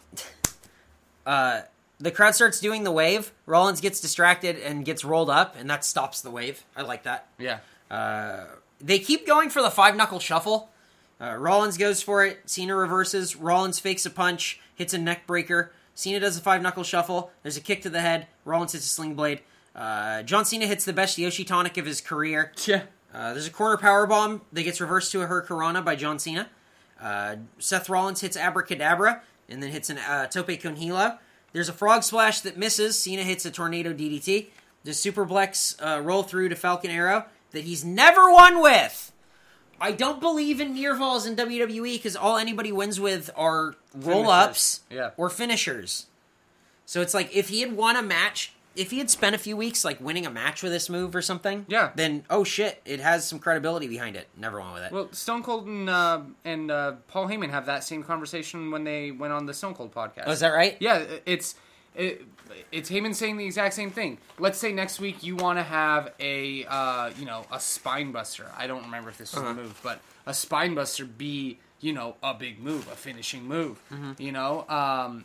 Uh, the crowd starts doing the wave. Rollins gets distracted and gets rolled up, and that stops the wave. I like that. Yeah. Uh, they keep going for the five knuckle shuffle. Uh, Rollins goes for it. Cena reverses. Rollins fakes a punch, hits a neck breaker. Cena does a five knuckle shuffle. There's a kick to the head. Rollins hits a sling blade. Uh, John Cena hits the best Yoshi tonic of his career. Yeah. Uh, there's a corner power bomb that gets reversed to a Hurricanrana by John Cena. Uh, Seth Rollins hits Abracadabra and then hits an uh, Tope Con Hilo. There's a frog splash that misses. Cena hits a tornado DDT. The superplex uh, roll through to Falcon Arrow that he's never won with. I don't believe in near falls in WWE because all anybody wins with are roll ups Yeah. or finishers. So it's like if he had won a match, if he had spent a few weeks like winning a match with this move or something, Yeah. then oh shit, it has some credibility behind it. Never went with it. Well, Stone Cold and uh, and uh, Paul Heyman have that same conversation when they went on the Stone Cold podcast. oh, is that right? Yeah, it's it, it's Heyman saying the exact same thing. Let's say next week you want to have a uh, you know a spine buster. I don't remember if this was the move, but a spine buster be you know a big move, a finishing move. You know, um,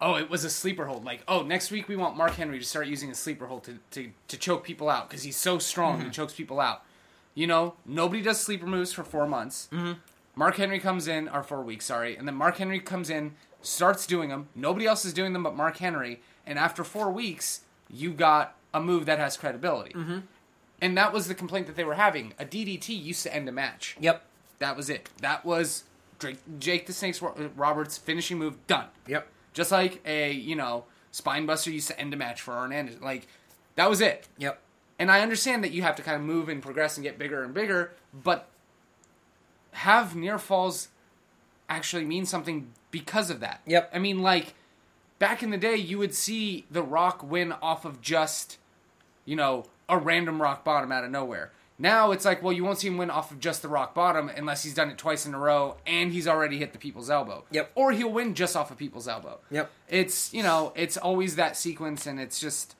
oh, it was a sleeper hold. Like, oh, next week we want Mark Henry to start using a sleeper hold to to, to choke people out because he's so strong he chokes people out. You know, nobody does sleeper moves for four months. Mm-hmm. Mark Henry comes in, or four weeks, sorry, and then Mark Henry comes in, starts doing them. Nobody else is doing them but Mark Henry, and after four weeks, you got a move that has credibility. Mm-hmm. And that was the complaint that they were having. A DDT used to end a match. Yep. That was it. That was Drake, Jake the Snake's Ro- Roberts finishing move done. Yep. Just like a you know spine buster used to end a match for Arn Anderson. Like that was it. Yep. And I understand that you have to kind of move and progress and get bigger and bigger, but have near falls actually mean something because of that. Yep. I mean, like, back in the day, you would see The Rock win off of just, you know, a random rock bottom out of nowhere. Now it's like, well, you won't see him win off of just the rock bottom unless he's done it twice in a row and he's already hit the people's elbow. Yep. Or he'll win just off of people's elbow. Yep. It's, you know, it's always that sequence and it's just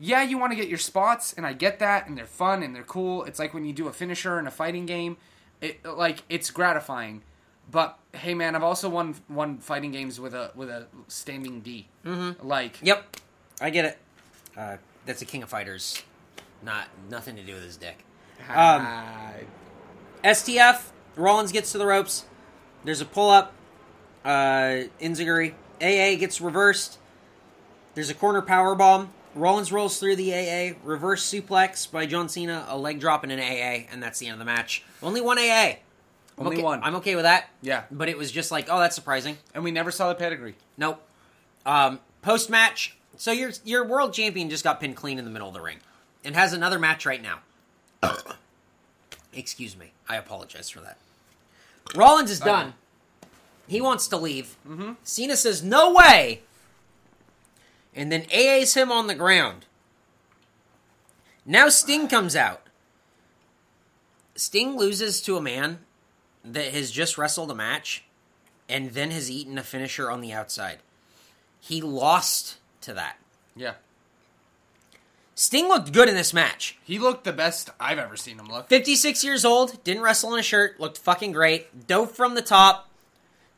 yeah, you want to get your spots, and I get that, and they're fun and they're cool. It's like when you do a finisher in a fighting game, it like it's gratifying. But hey, man, I've also won won fighting games with a with a standing D. Mm-hmm. Like, Yep. I get it. Uh, that's a King of Fighters. Not nothing to do with his dick. ah, STF. Rollins gets to the ropes. There's a pull up. Uh, Inzaguri. AA gets reversed. There's a corner power bomb. Rollins rolls through the AA. Reverse suplex by John Cena. A leg drop and an AA, and that's the end of the match. Only one AA. I'm Only okay- one. I'm okay with that. Yeah. But it was just like, oh, that's surprising. and we never saw the pedigree. Nope. Um, Post match. So your your world champion just got pinned clean in the middle of the ring, and has another match right now. Excuse me. I apologize for that. Rollins is done. He wants to leave. Mm-hmm. Cena says no way, and then AA's him on the ground. Now Sting comes out. Sting loses to a man that has just wrestled a match and then has eaten a finisher on the outside. He lost to that. Yeah. Sting looked good in this match. He looked the best I've ever seen him look. 56 years old, didn't wrestle in a shirt, looked fucking great, dove from the top.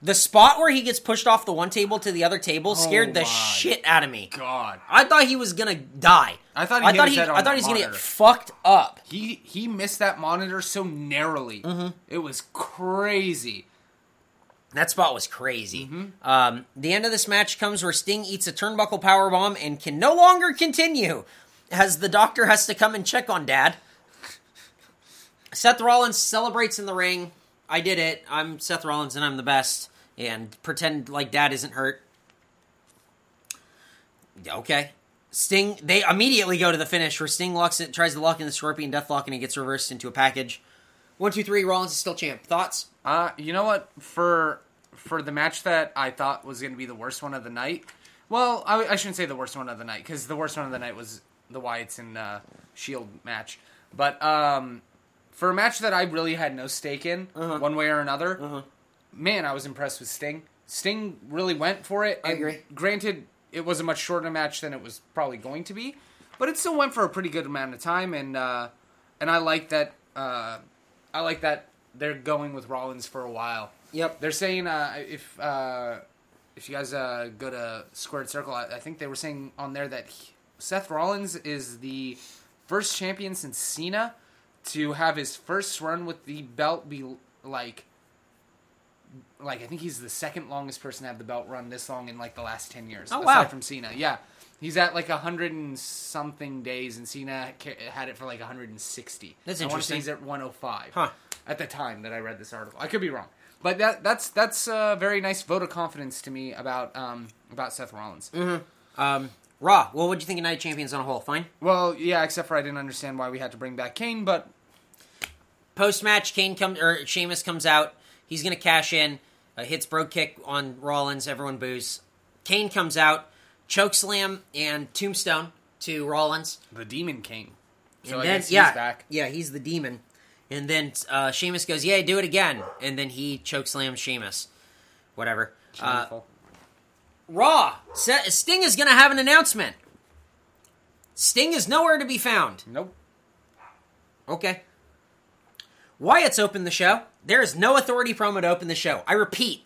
The spot where he gets pushed off the one table to the other table scared the Oh my shit out of me. God. I thought he was gonna die. I thought he hit his head on I thought that he was gonna get monitor. fucked up. He he missed that monitor so narrowly. It was crazy. That spot was crazy. Um, the end of this match comes where Sting eats a turnbuckle power bomb and can no longer continue, as the doctor has to come and check on Dad. Seth Rollins celebrates in the ring. I did it. I'm Seth Rollins and I'm the best. And pretend like Dad isn't hurt. Okay. Sting. They immediately go to the finish where Sting locks it, tries to lock in the Scorpion Deathlock, and it gets reversed into a package. One, two, three. Rollins is still champ. Thoughts? Uh, you know what? For for the match that I thought was going to be the worst one of the night. Well, I, I shouldn't say the worst one of the night because the worst one of the night was the Wyatts and uh, Shield match. But um, for a match that I really had no stake in, one way or another, man, I was impressed with Sting. Sting really went for it. and agree. Granted, it was a much shorter match than it was probably going to be, but it still went for a pretty good amount of time, and uh, and I like that. Uh, I like that they're going with Rollins for a while. Yep. They're saying uh, if uh, if you guys uh, go to Squared Circle, I, I think they were saying on there that he- Seth Rollins is the first champion since Cena to have his first run with the belt be like like I think he's the second longest person to have the belt run this long in like the last ten years. Oh, aside wow. From Cena, yeah, he's at like a hundred and something days, and Cena ca- had it for like hundred and sixty. That's I wanna say interesting. He's at one hundred five Huh. at the time that I read this article. I could be wrong, but that that's that's a very nice vote of confidence to me about um about Seth Rollins. Um, Raw. Well, what'd you think of Night of Champions on a whole? Fine. Well, yeah, except for I didn't understand why we had to bring back Kane, but Post match, Kane comes or Sheamus comes out. He's gonna cash in. Uh, hits brogue kick on Rollins. Everyone boos. Kane comes out, choke slam and tombstone to Rollins. the Demon Kane. So and I then guess yeah, he's back. yeah, he's the demon. And then uh, Sheamus goes, "Yeah, do it again." And then he choke slams Sheamus. Whatever. Uh, Shameful. Raw. Se- Sting is gonna have an announcement. Sting is nowhere to be found. nope. Okay. Wyatt's opened the show. There is no authority promo to open the show. I repeat,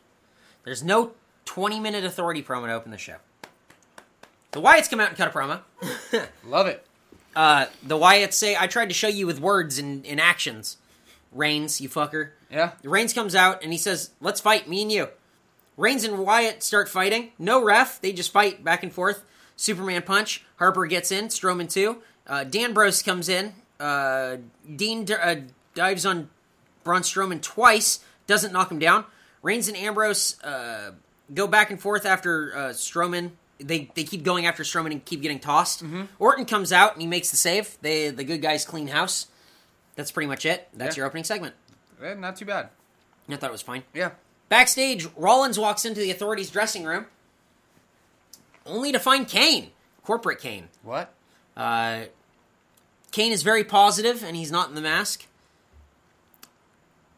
there's no 20 minute authority promo to open the show. The Wyatts come out and cut a promo. Love it. Uh, the Wyatts say, I tried to show you with words and, and actions. Reigns, you fucker. Yeah. Reigns comes out and he says, Let's fight, me and you. Reigns and Wyatt start fighting. No ref. They just fight back and forth. Superman punch. Harper gets in. Strowman too. Uh, Dan Bros comes in. Uh, Dean d- uh, dives on Braun Strowman twice. Doesn't knock him down. Reigns and Ambrose uh, go back and forth after uh, Strowman. They, they keep going after Strowman and keep getting tossed. Orton comes out and he makes the save. They the good guys clean house. That's pretty much it. That's Yeah. your opening segment. Eh, not too bad. I thought it was fine. Yeah. Backstage, Rollins walks into the authorities' dressing room, only to find Kane, corporate Kane. What? Uh, Kane is very positive, and he's not in the mask.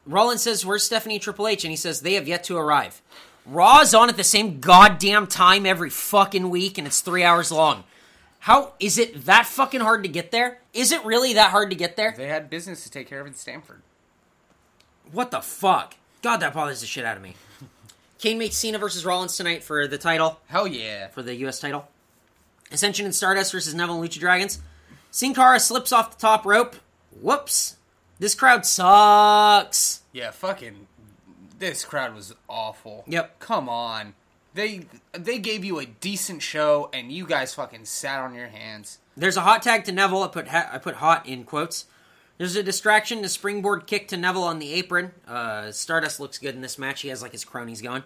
Rollins says, "Where's Stephanie Triple H?" and he says, "They have yet to arrive." Raw's on at the same goddamn time every fucking week, and it's three hours long. How is it that fucking hard to get there? Is it really that hard to get there? They had business to take care of in Stanford. What the fuck? God, that bothers the shit out of me. Kane makes Cena versus Rollins tonight for the title. Hell yeah. for the U.S. title. Ascension and Stardust versus Neville and Lucha Dragons. Sin Cara slips off the top rope. Whoops. This crowd sucks. Yeah, fucking this crowd was awful. Yep. Come on. They they gave you a decent show and you guys fucking sat on your hands. There's a hot tag to Neville. I put ha- I put hot in quotes. There's a distraction, a springboard kick to Neville on the apron. Uh, Stardust looks good in this match. He has like his cronies going.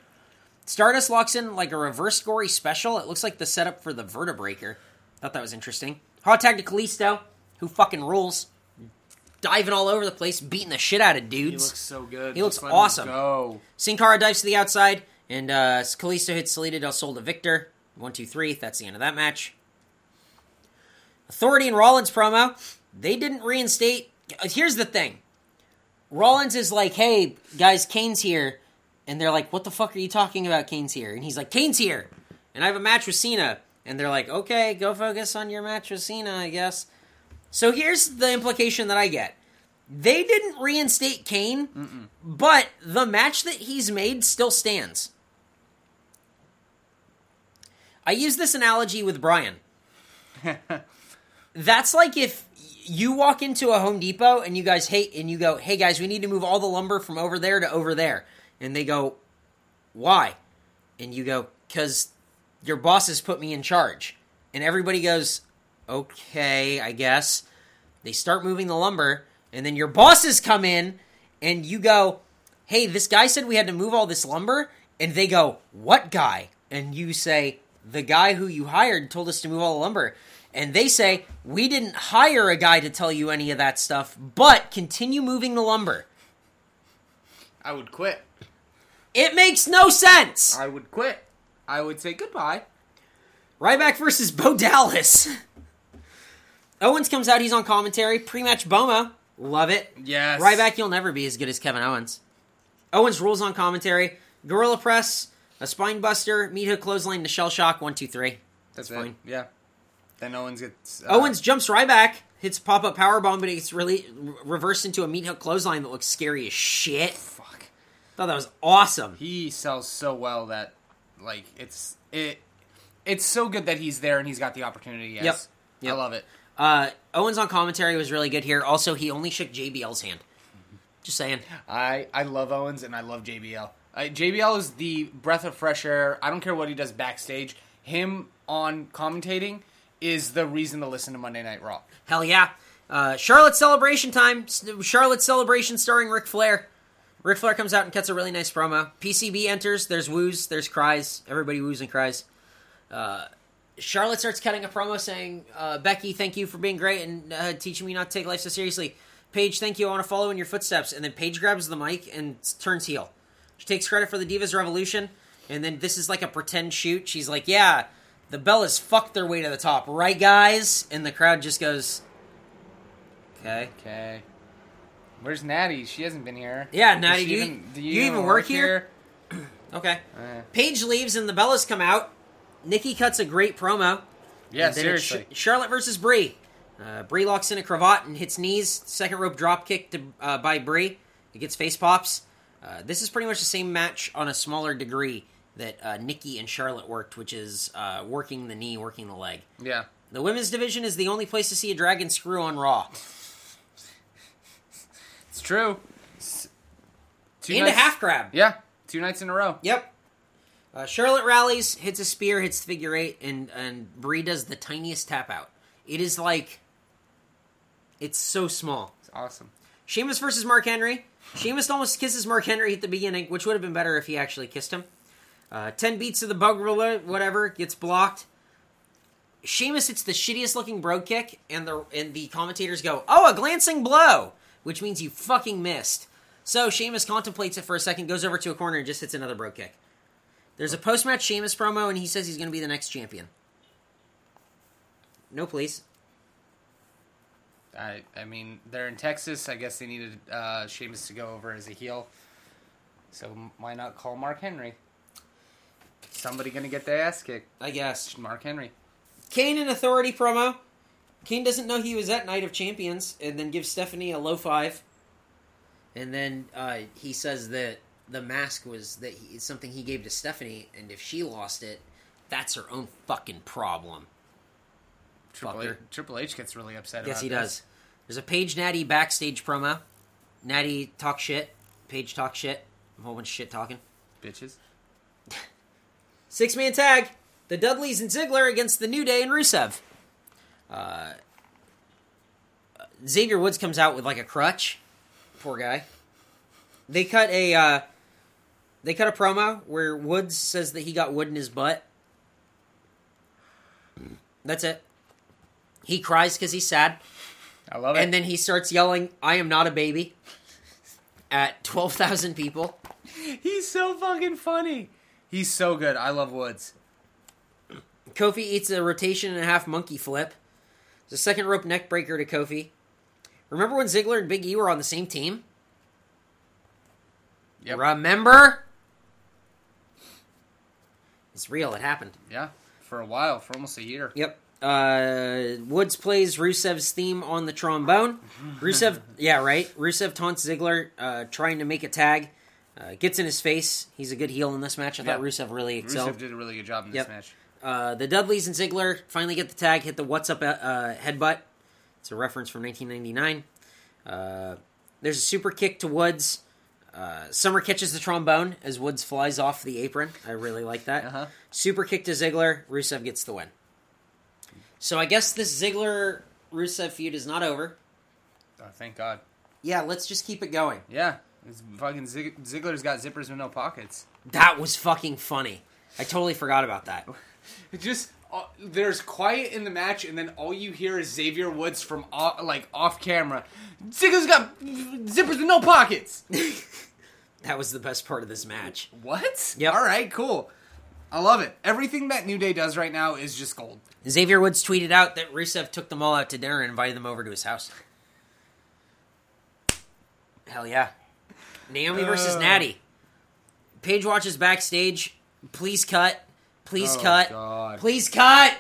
Stardust locks in like a reverse gory special. It looks like the setup for the vertebraker. Thought that was interesting. Hot tag to Kalisto, who fucking rules, diving all over the place, beating the shit out of dudes. He looks so good. He looks Just let him awesome. Go. Sin Cara dives to the outside, and uh, Kalisto hits Salida del Sol to Victor. One, two, three. That's the end of that match. Authority and Rollins promo. They didn't reinstate. uh, Here's the thing Rollins is like, hey, guys, Kane's here. And they're like, what the fuck are you talking about? Kane's here. And he's like, Kane's here. And I have a match with Cena. And they're like, okay, go focus on your match with Cena, I guess. So here's the implication that I get they didn't reinstate Kane, but the match that he's made still stands. I use this analogy with Brian. That's like if you walk into a Home Depot and you guys hate and you go, "Hey guys, we need to move all the lumber from over there to over there." And they go, "Why?" And you go, "Cuz your bosses put me in charge." And everybody goes, "Okay, I guess." They start moving the lumber and then your bosses come in and you go, "Hey, this guy said we had to move all this lumber." And they go, "What guy?" And you say, "The guy who you hired told us to move all the lumber." And they say, "We didn't hire a guy to tell you any of that stuff, but continue moving the lumber." I would quit. It makes no sense. I would quit. I would say goodbye. Ryback versus Bo Dallas. Owens comes out, he's on commentary. Pre match Boma. Love it. Yes. Ryback, you'll never be as good as Kevin Owens. Owens rules on commentary. Gorilla press, a spine buster, meat hook clothesline to shell shock. One, two, three. That's fine. It. Yeah. Then Owens gets uh, Owens jumps Ryback, hits pop up power bomb, but it gets really re- reversed into a meat hook clothesline that looks scary as shit. Fuck. Thought that was awesome. He sells so well that like it's it. It's so good that he's there and he's got the opportunity. Yes. Yep. Yep. I love it. Uh, Owens on commentary was really good here. Also, he only shook JBL's hand. Just saying. I I love Owens and I love JBL. Uh, JBL is the breath of fresh air. I don't care what he does backstage. Him on commentating is the reason to listen to Monday Night Raw. Hell yeah. Uh, Charlotte celebration time. S- Charlotte celebration starring Ric Flair. Ric Flair comes out and cuts a really nice promo. PCB enters. There's woos. There's cries. Everybody woos and cries. Uh, Charlotte starts cutting a promo saying, uh, Becky, thank you for being great and uh, teaching me not to take life so seriously. Paige, thank you. I want to follow in your footsteps. And then Paige grabs the mic and s- turns heel. She takes credit for the Divas Revolution. And then this is like a pretend shoot. She's like, yeah, the Bellas fucked their way to the top, right, guys? And the crowd just goes, okay. Okay. Where's Natty? She hasn't been here. Yeah, Does Natty, she do you- do you even work here? Okay. Eh. Paige leaves and the Bellas come out. Nikki cuts a great promo. Yeah, And then it's seriously. Sh- Charlotte versus Brie. Uh, Brie locks in a cravat and hits knees. Second rope drop kick to, uh, by Brie. It gets face pops. Uh, this is pretty much the same match on a smaller degree that uh, Nikki and Charlotte worked, which is uh, working the knee, working the leg. yeah. The women's division is the only place to see a dragon screw on Raw. It's true. S- Two and nights- a half grab. Yeah. Two nights in a row. Yep. Uh, Charlotte rallies, hits a spear, hits the figure eight, and and Brie does the tiniest tap out. It is like, it's so small. It's awesome. Sheamus versus Mark Henry. Sheamus almost kisses Mark Henry at the beginning, which would have been better if he actually kissed him. Uh, ten beats of the bug ruler, whatever, gets blocked. Sheamus hits the shittiest looking broad kick, and the and the commentators go, "Oh, a glancing blow," which means you fucking missed. So Sheamus contemplates it for a second, goes over to a corner, and just hits another broad kick. There's a post match Sheamus promo, and he says he's going to be the next champion. No, please. I I mean they're in Texas. I guess they needed uh, Sheamus to go over as a heel. So m- why not call Mark Henry? Somebody gonna get their ass kicked. I guess. It's Mark Henry. Kane and Authority promo. Kane doesn't know he was at Night of Champions, and then gives Stephanie a low five. And then uh, he says that the mask was that he, it's something he gave to Stephanie, and if she lost it, that's her own fucking problem. Triple, Fucker. H, Triple H gets really upset. Yes, about he this. does. There's a Paige Natty backstage promo. Natty talk shit. Paige talk shit. A whole bunch of shit talking. Bitches. Six man tag. The Dudleys and Ziggler against the New Day and Rusev. Uh, Xavier Woods comes out with like a crutch. Poor guy. They cut a uh, they cut a promo where Woods says that he got wood in his butt. That's it. He cries because he's sad, I love it. and then he starts yelling, "I am not a baby," at twelve thousand people. he's so fucking funny. He's so good. I love Woods. Kofi eats a rotation and a half monkey flip. The second rope neck breaker to Kofi. Remember when Ziggler and Big E were on the same team? Yep. Remember? It's real. It happened. Yeah, for a while, for almost a year. Yep. Uh, Woods plays Rusev's theme on the trombone. Rusev, yeah, right. Rusev taunts Ziggler, uh, trying to make a tag. Uh, gets in his face. He's a good heel in this match. I thought Yeah. Rusev really Rusev excelled. did a really good job in this Yep. match. Uh, the Dudleys and Ziggler finally get the tag, hit the "What's Up" uh, uh, headbutt. It's a reference from 1999. Uh, there's a super kick to Woods. Uh, Summer catches the trombone as Woods flies off the apron. I really like that. Uh-huh. Super kick to Ziggler. Rusev gets the win. So I guess this Ziggler Rusev feud is not over. Oh, thank God. Yeah, let's just keep it going. Yeah, it's fucking Zig- Ziggler's got zippers with no pockets. That was fucking funny. I totally forgot about that. It just uh, there's quiet in the match, and then all you hear is Xavier Woods from off, like off camera. Ziggler's got zippers with no pockets. That was the best part of this match. what? Yep. All right. Cool. I love it. Everything that New Day does right now is just gold. Xavier Woods tweeted out that Rusev took them all out to dinner and invited them over to his house. Hell yeah. Naomi versus Uh. Natty. Paige watches backstage. Please cut. Please Oh, cut. God. Please cut.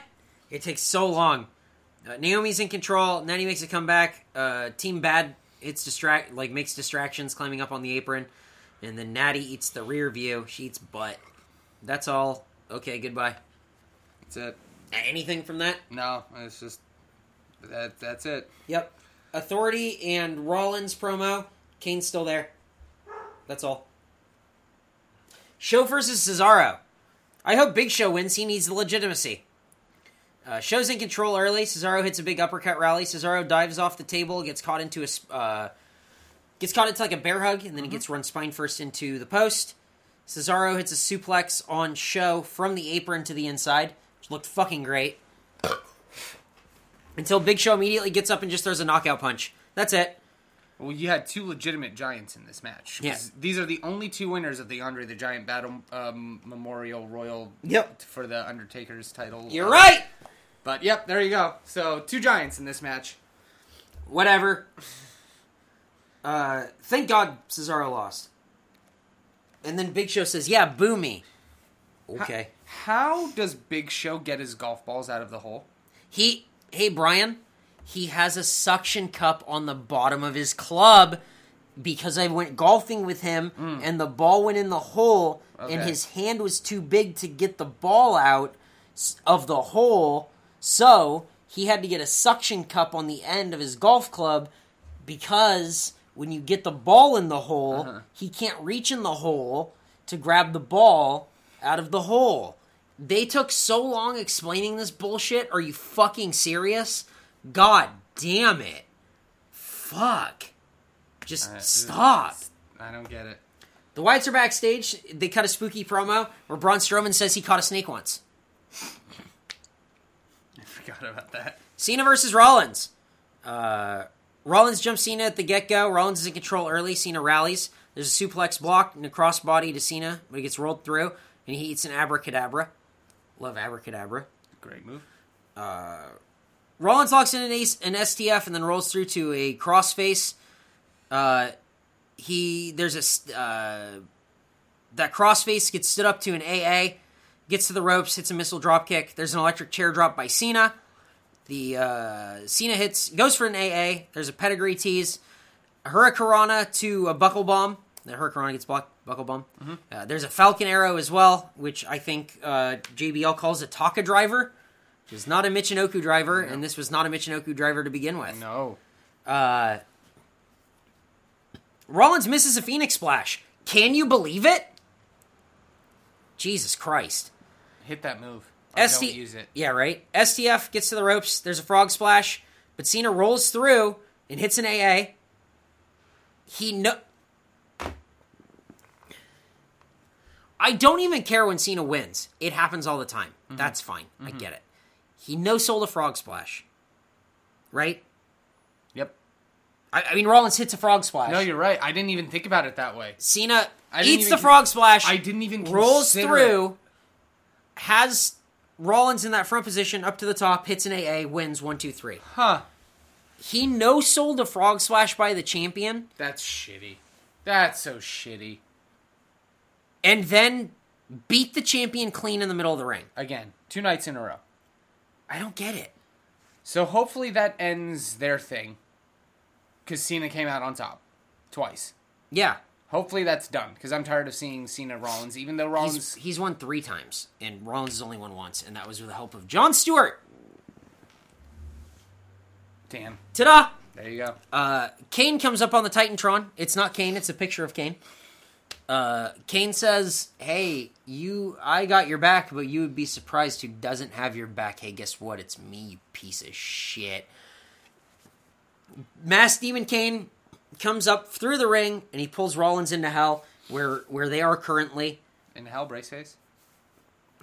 It takes so long. Uh, Naomi's in control. Natty makes a comeback. Uh, Team Bad hits distract like makes distractions climbing up on the apron. And then Natty eats the rear view. She eats butt. That's all. Okay, goodbye. That's it. Anything from that? No, it's just that. That's it. Yep. Authority and Rollins promo. Kane's still there. That's all. Show versus Cesaro. I hope Big Show wins. He needs the legitimacy. Uh, show's in control early. Cesaro hits a big uppercut rally. Cesaro dives off the table, gets caught into a sp- uh, gets caught into like a bear hug, and then he gets run spine first into the post. Cesaro hits a suplex on Show from the apron to the inside, which looked fucking great until Big Show immediately gets up and just throws a knockout punch. That's it. Well, you had two legitimate giants in this match. 'Cause Yeah. These are the only two winners of the Andre the Giant Battle um, Memorial Royal Yep. for the Undertaker's title. You're Uh, right. But yep, there you go. So two giants in this match. Whatever. Uh, thank God Cesaro lost. And then Big Show says, "Yeah, boo me." Okay. How does Big Show get his golf balls out of the hole? He, hey Brian, he has a suction cup on the bottom of his club because I went golfing with him and the ball went in the hole and Okay. his hand was too big to get the ball out s- of the hole, so he had to get a suction cup on the end of his golf club because when you get the ball in the hole, he can't reach in the hole to grab the ball out of the hole. They took so long explaining this bullshit. Are you fucking serious? God damn it. Fuck. Just stop. I don't get it. The Whites are backstage. They cut a spooky promo where Braun Strowman says he caught a snake once. I forgot about that. Cena versus Rollins. Uh, Rollins jumps Cena at the get go. Rollins is in control early. Cena rallies. There's a suplex block and a crossbody to Cena, but he gets rolled through and he eats an abracadabra. Love abracadabra. Great move. Rollins locks in an, ace, an STF and then rolls through to a crossface. Uh, he there's a s- uh, that crossface gets stood up to an AA, gets to the ropes, hits a missile drop kick. There's an electric chair drop by Cena. The uh, Cena hits goes for an AA. There's a pedigree tease, a hurricanrana to a buckle bomb. The hurricanrana gets blocked, buckle bomb. Uh, there's a falcon arrow as well, which I think uh, JBL calls a Taka driver. Which is not a Michinoku driver, and this was not a Michinoku driver to begin with. No. Rollins misses a Phoenix Splash. Can you believe it? Jesus Christ. Hit that move. I ST Oh, don't use it. Yeah, right. STF gets to the ropes. There's a frog splash, but Cena rolls through and hits an AA. He no. I don't even care when Cena wins. It happens all the time. Mm-hmm. That's fine. I get it. He no sold a frog splash, right? Yep. I, I mean, Rollins hits a frog splash. No, you're right. I didn't even think about it that way. Cena I didn't eats even the con- frog splash. I didn't even rolls consider through, has Rollins in that front position up to the top, hits an AA, wins one, two, three. Huh. He no sold a frog splash by the champion, That's shitty. That's so shitty. and then beat the champion clean in the middle of the ring. Again, two nights in a row. I don't get it. So hopefully that ends their thing. Because Cena came out on top twice. Yeah, Hopefully that's done. Because I'm tired of seeing Cena Rollins, even though he's Rollins. he's won three times, and Rollins has only won once, and that was with the help of John Stewart. Damn. Ta-da! There you go. Uh, Kane comes up on the Titantron. It's not Kane. It's a picture of Kane. Uh, Kane says, "Hey, you, I got your back, but you would be surprised who doesn't have your back. Hey, guess what? It's me, you piece of shit." Mass Demon Kane comes up through the ring and he pulls Rollins into hell, where where they are currently. In hell, brace face.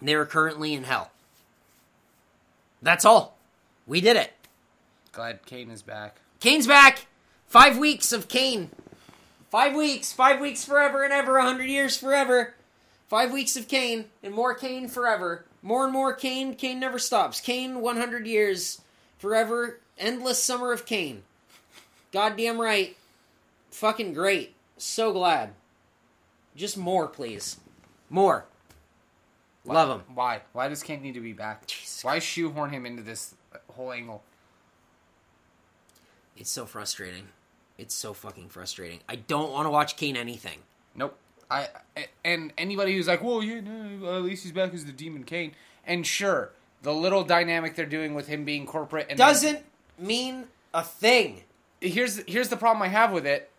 They are currently in hell. That's all. We did it. Glad Kane is back. Kane's back. Five weeks of Kane. Five weeks. Five weeks forever and ever. A hundred years forever. Five weeks of Kane and more Kane forever. More and more Kane. Kane never stops. Kane, 100 years forever. Endless summer of Kane. Goddamn right. Fucking great. So glad. Just more, please. More. Love him. Why? Why does Kane need to be back? Jesus. Why shoehorn him into this whole angle? It's so frustrating. It's so fucking frustrating. I don't want to watch Kane anything. Nope. I I- and anybody who's like, well, yeah, no, at least he's back as the Demon Kane. And sure, the little dynamic they're doing with him being corporate and doesn't mean a thing. here's here's the problem I have with it.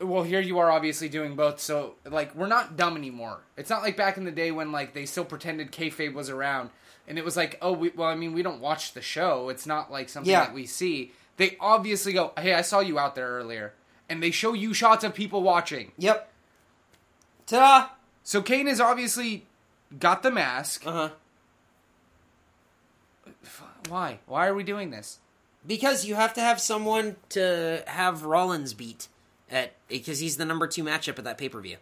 Well, here you are obviously doing both, so like we're not dumb anymore. It's not like back in the day when like they still pretended kayfabe was around, and it was like, oh, we, well, I mean, we don't watch the show. It's not like something Yeah. that we see. They obviously go, hey, I saw you out there earlier, and they show you shots of people watching. Yep. Ta So Kane has obviously got the mask. Uh huh. Why? Why are we doing this? Because you have to have someone to have Rollins beat at because he's the number two matchup at that pay per view.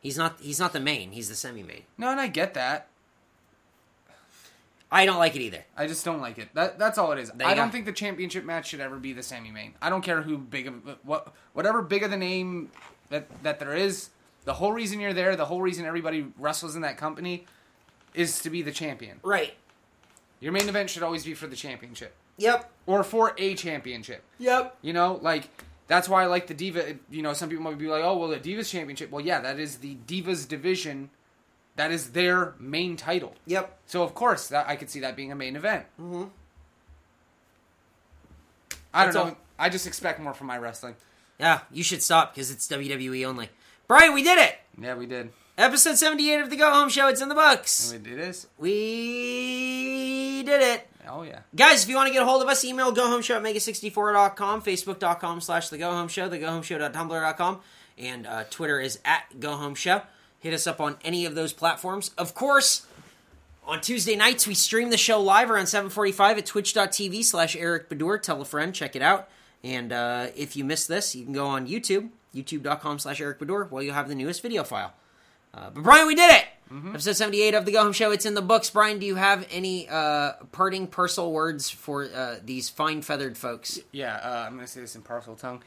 He's not. He's not the main. He's the semi main. No, and I get that. I don't like it either. I just don't like it. That, that's all it is. There you I don't go. think the championship match should ever be the semi main. I don't care who big of what whatever big of the name that that there is. The whole reason you're there, the whole reason everybody wrestles in that company, is to be the champion. Right. Your main event should always be for the championship Yep. or for a championship. Yep. You know, like that's why I like the diva. You know, some people might be like, "Oh, well, the divas championship." Well, yeah, that is the divas division. That is their main title. Yep. So of course, that I could see that being a main event. Mm-hmm. I don't That's know. all. I just expect more from my wrestling. Yeah. You should stop because it's WWE only. Brian, we did it. Yeah, we did. Episode seventy eight of the Go Home Show. It's in the books. We did this. We did it. Oh yeah. Guys, if you want to get a hold of us, email gohomeshow at mega64.com, facebook.com slash the gohome show, the gohomeshow.tumblr.com, and uh, Twitter is at gohomeshow. Hit us up on any of those platforms. Of course, on Tuesday nights, we stream the show live around 745 at twitch.tv slash Eric Bedour. Tell a friend, check it out. And uh, if you missed this, you can go on YouTube, youtube.com slash Eric Bedour, where you'll have the newest video file. Uh, but Brian, we did it! Episode 78 of The Go Home Show. It's in the books. Brian, do you have any uh, parting personal words for uh, these fine feathered folks? Yeah. Uh, I'm gonna say this in partial tongue.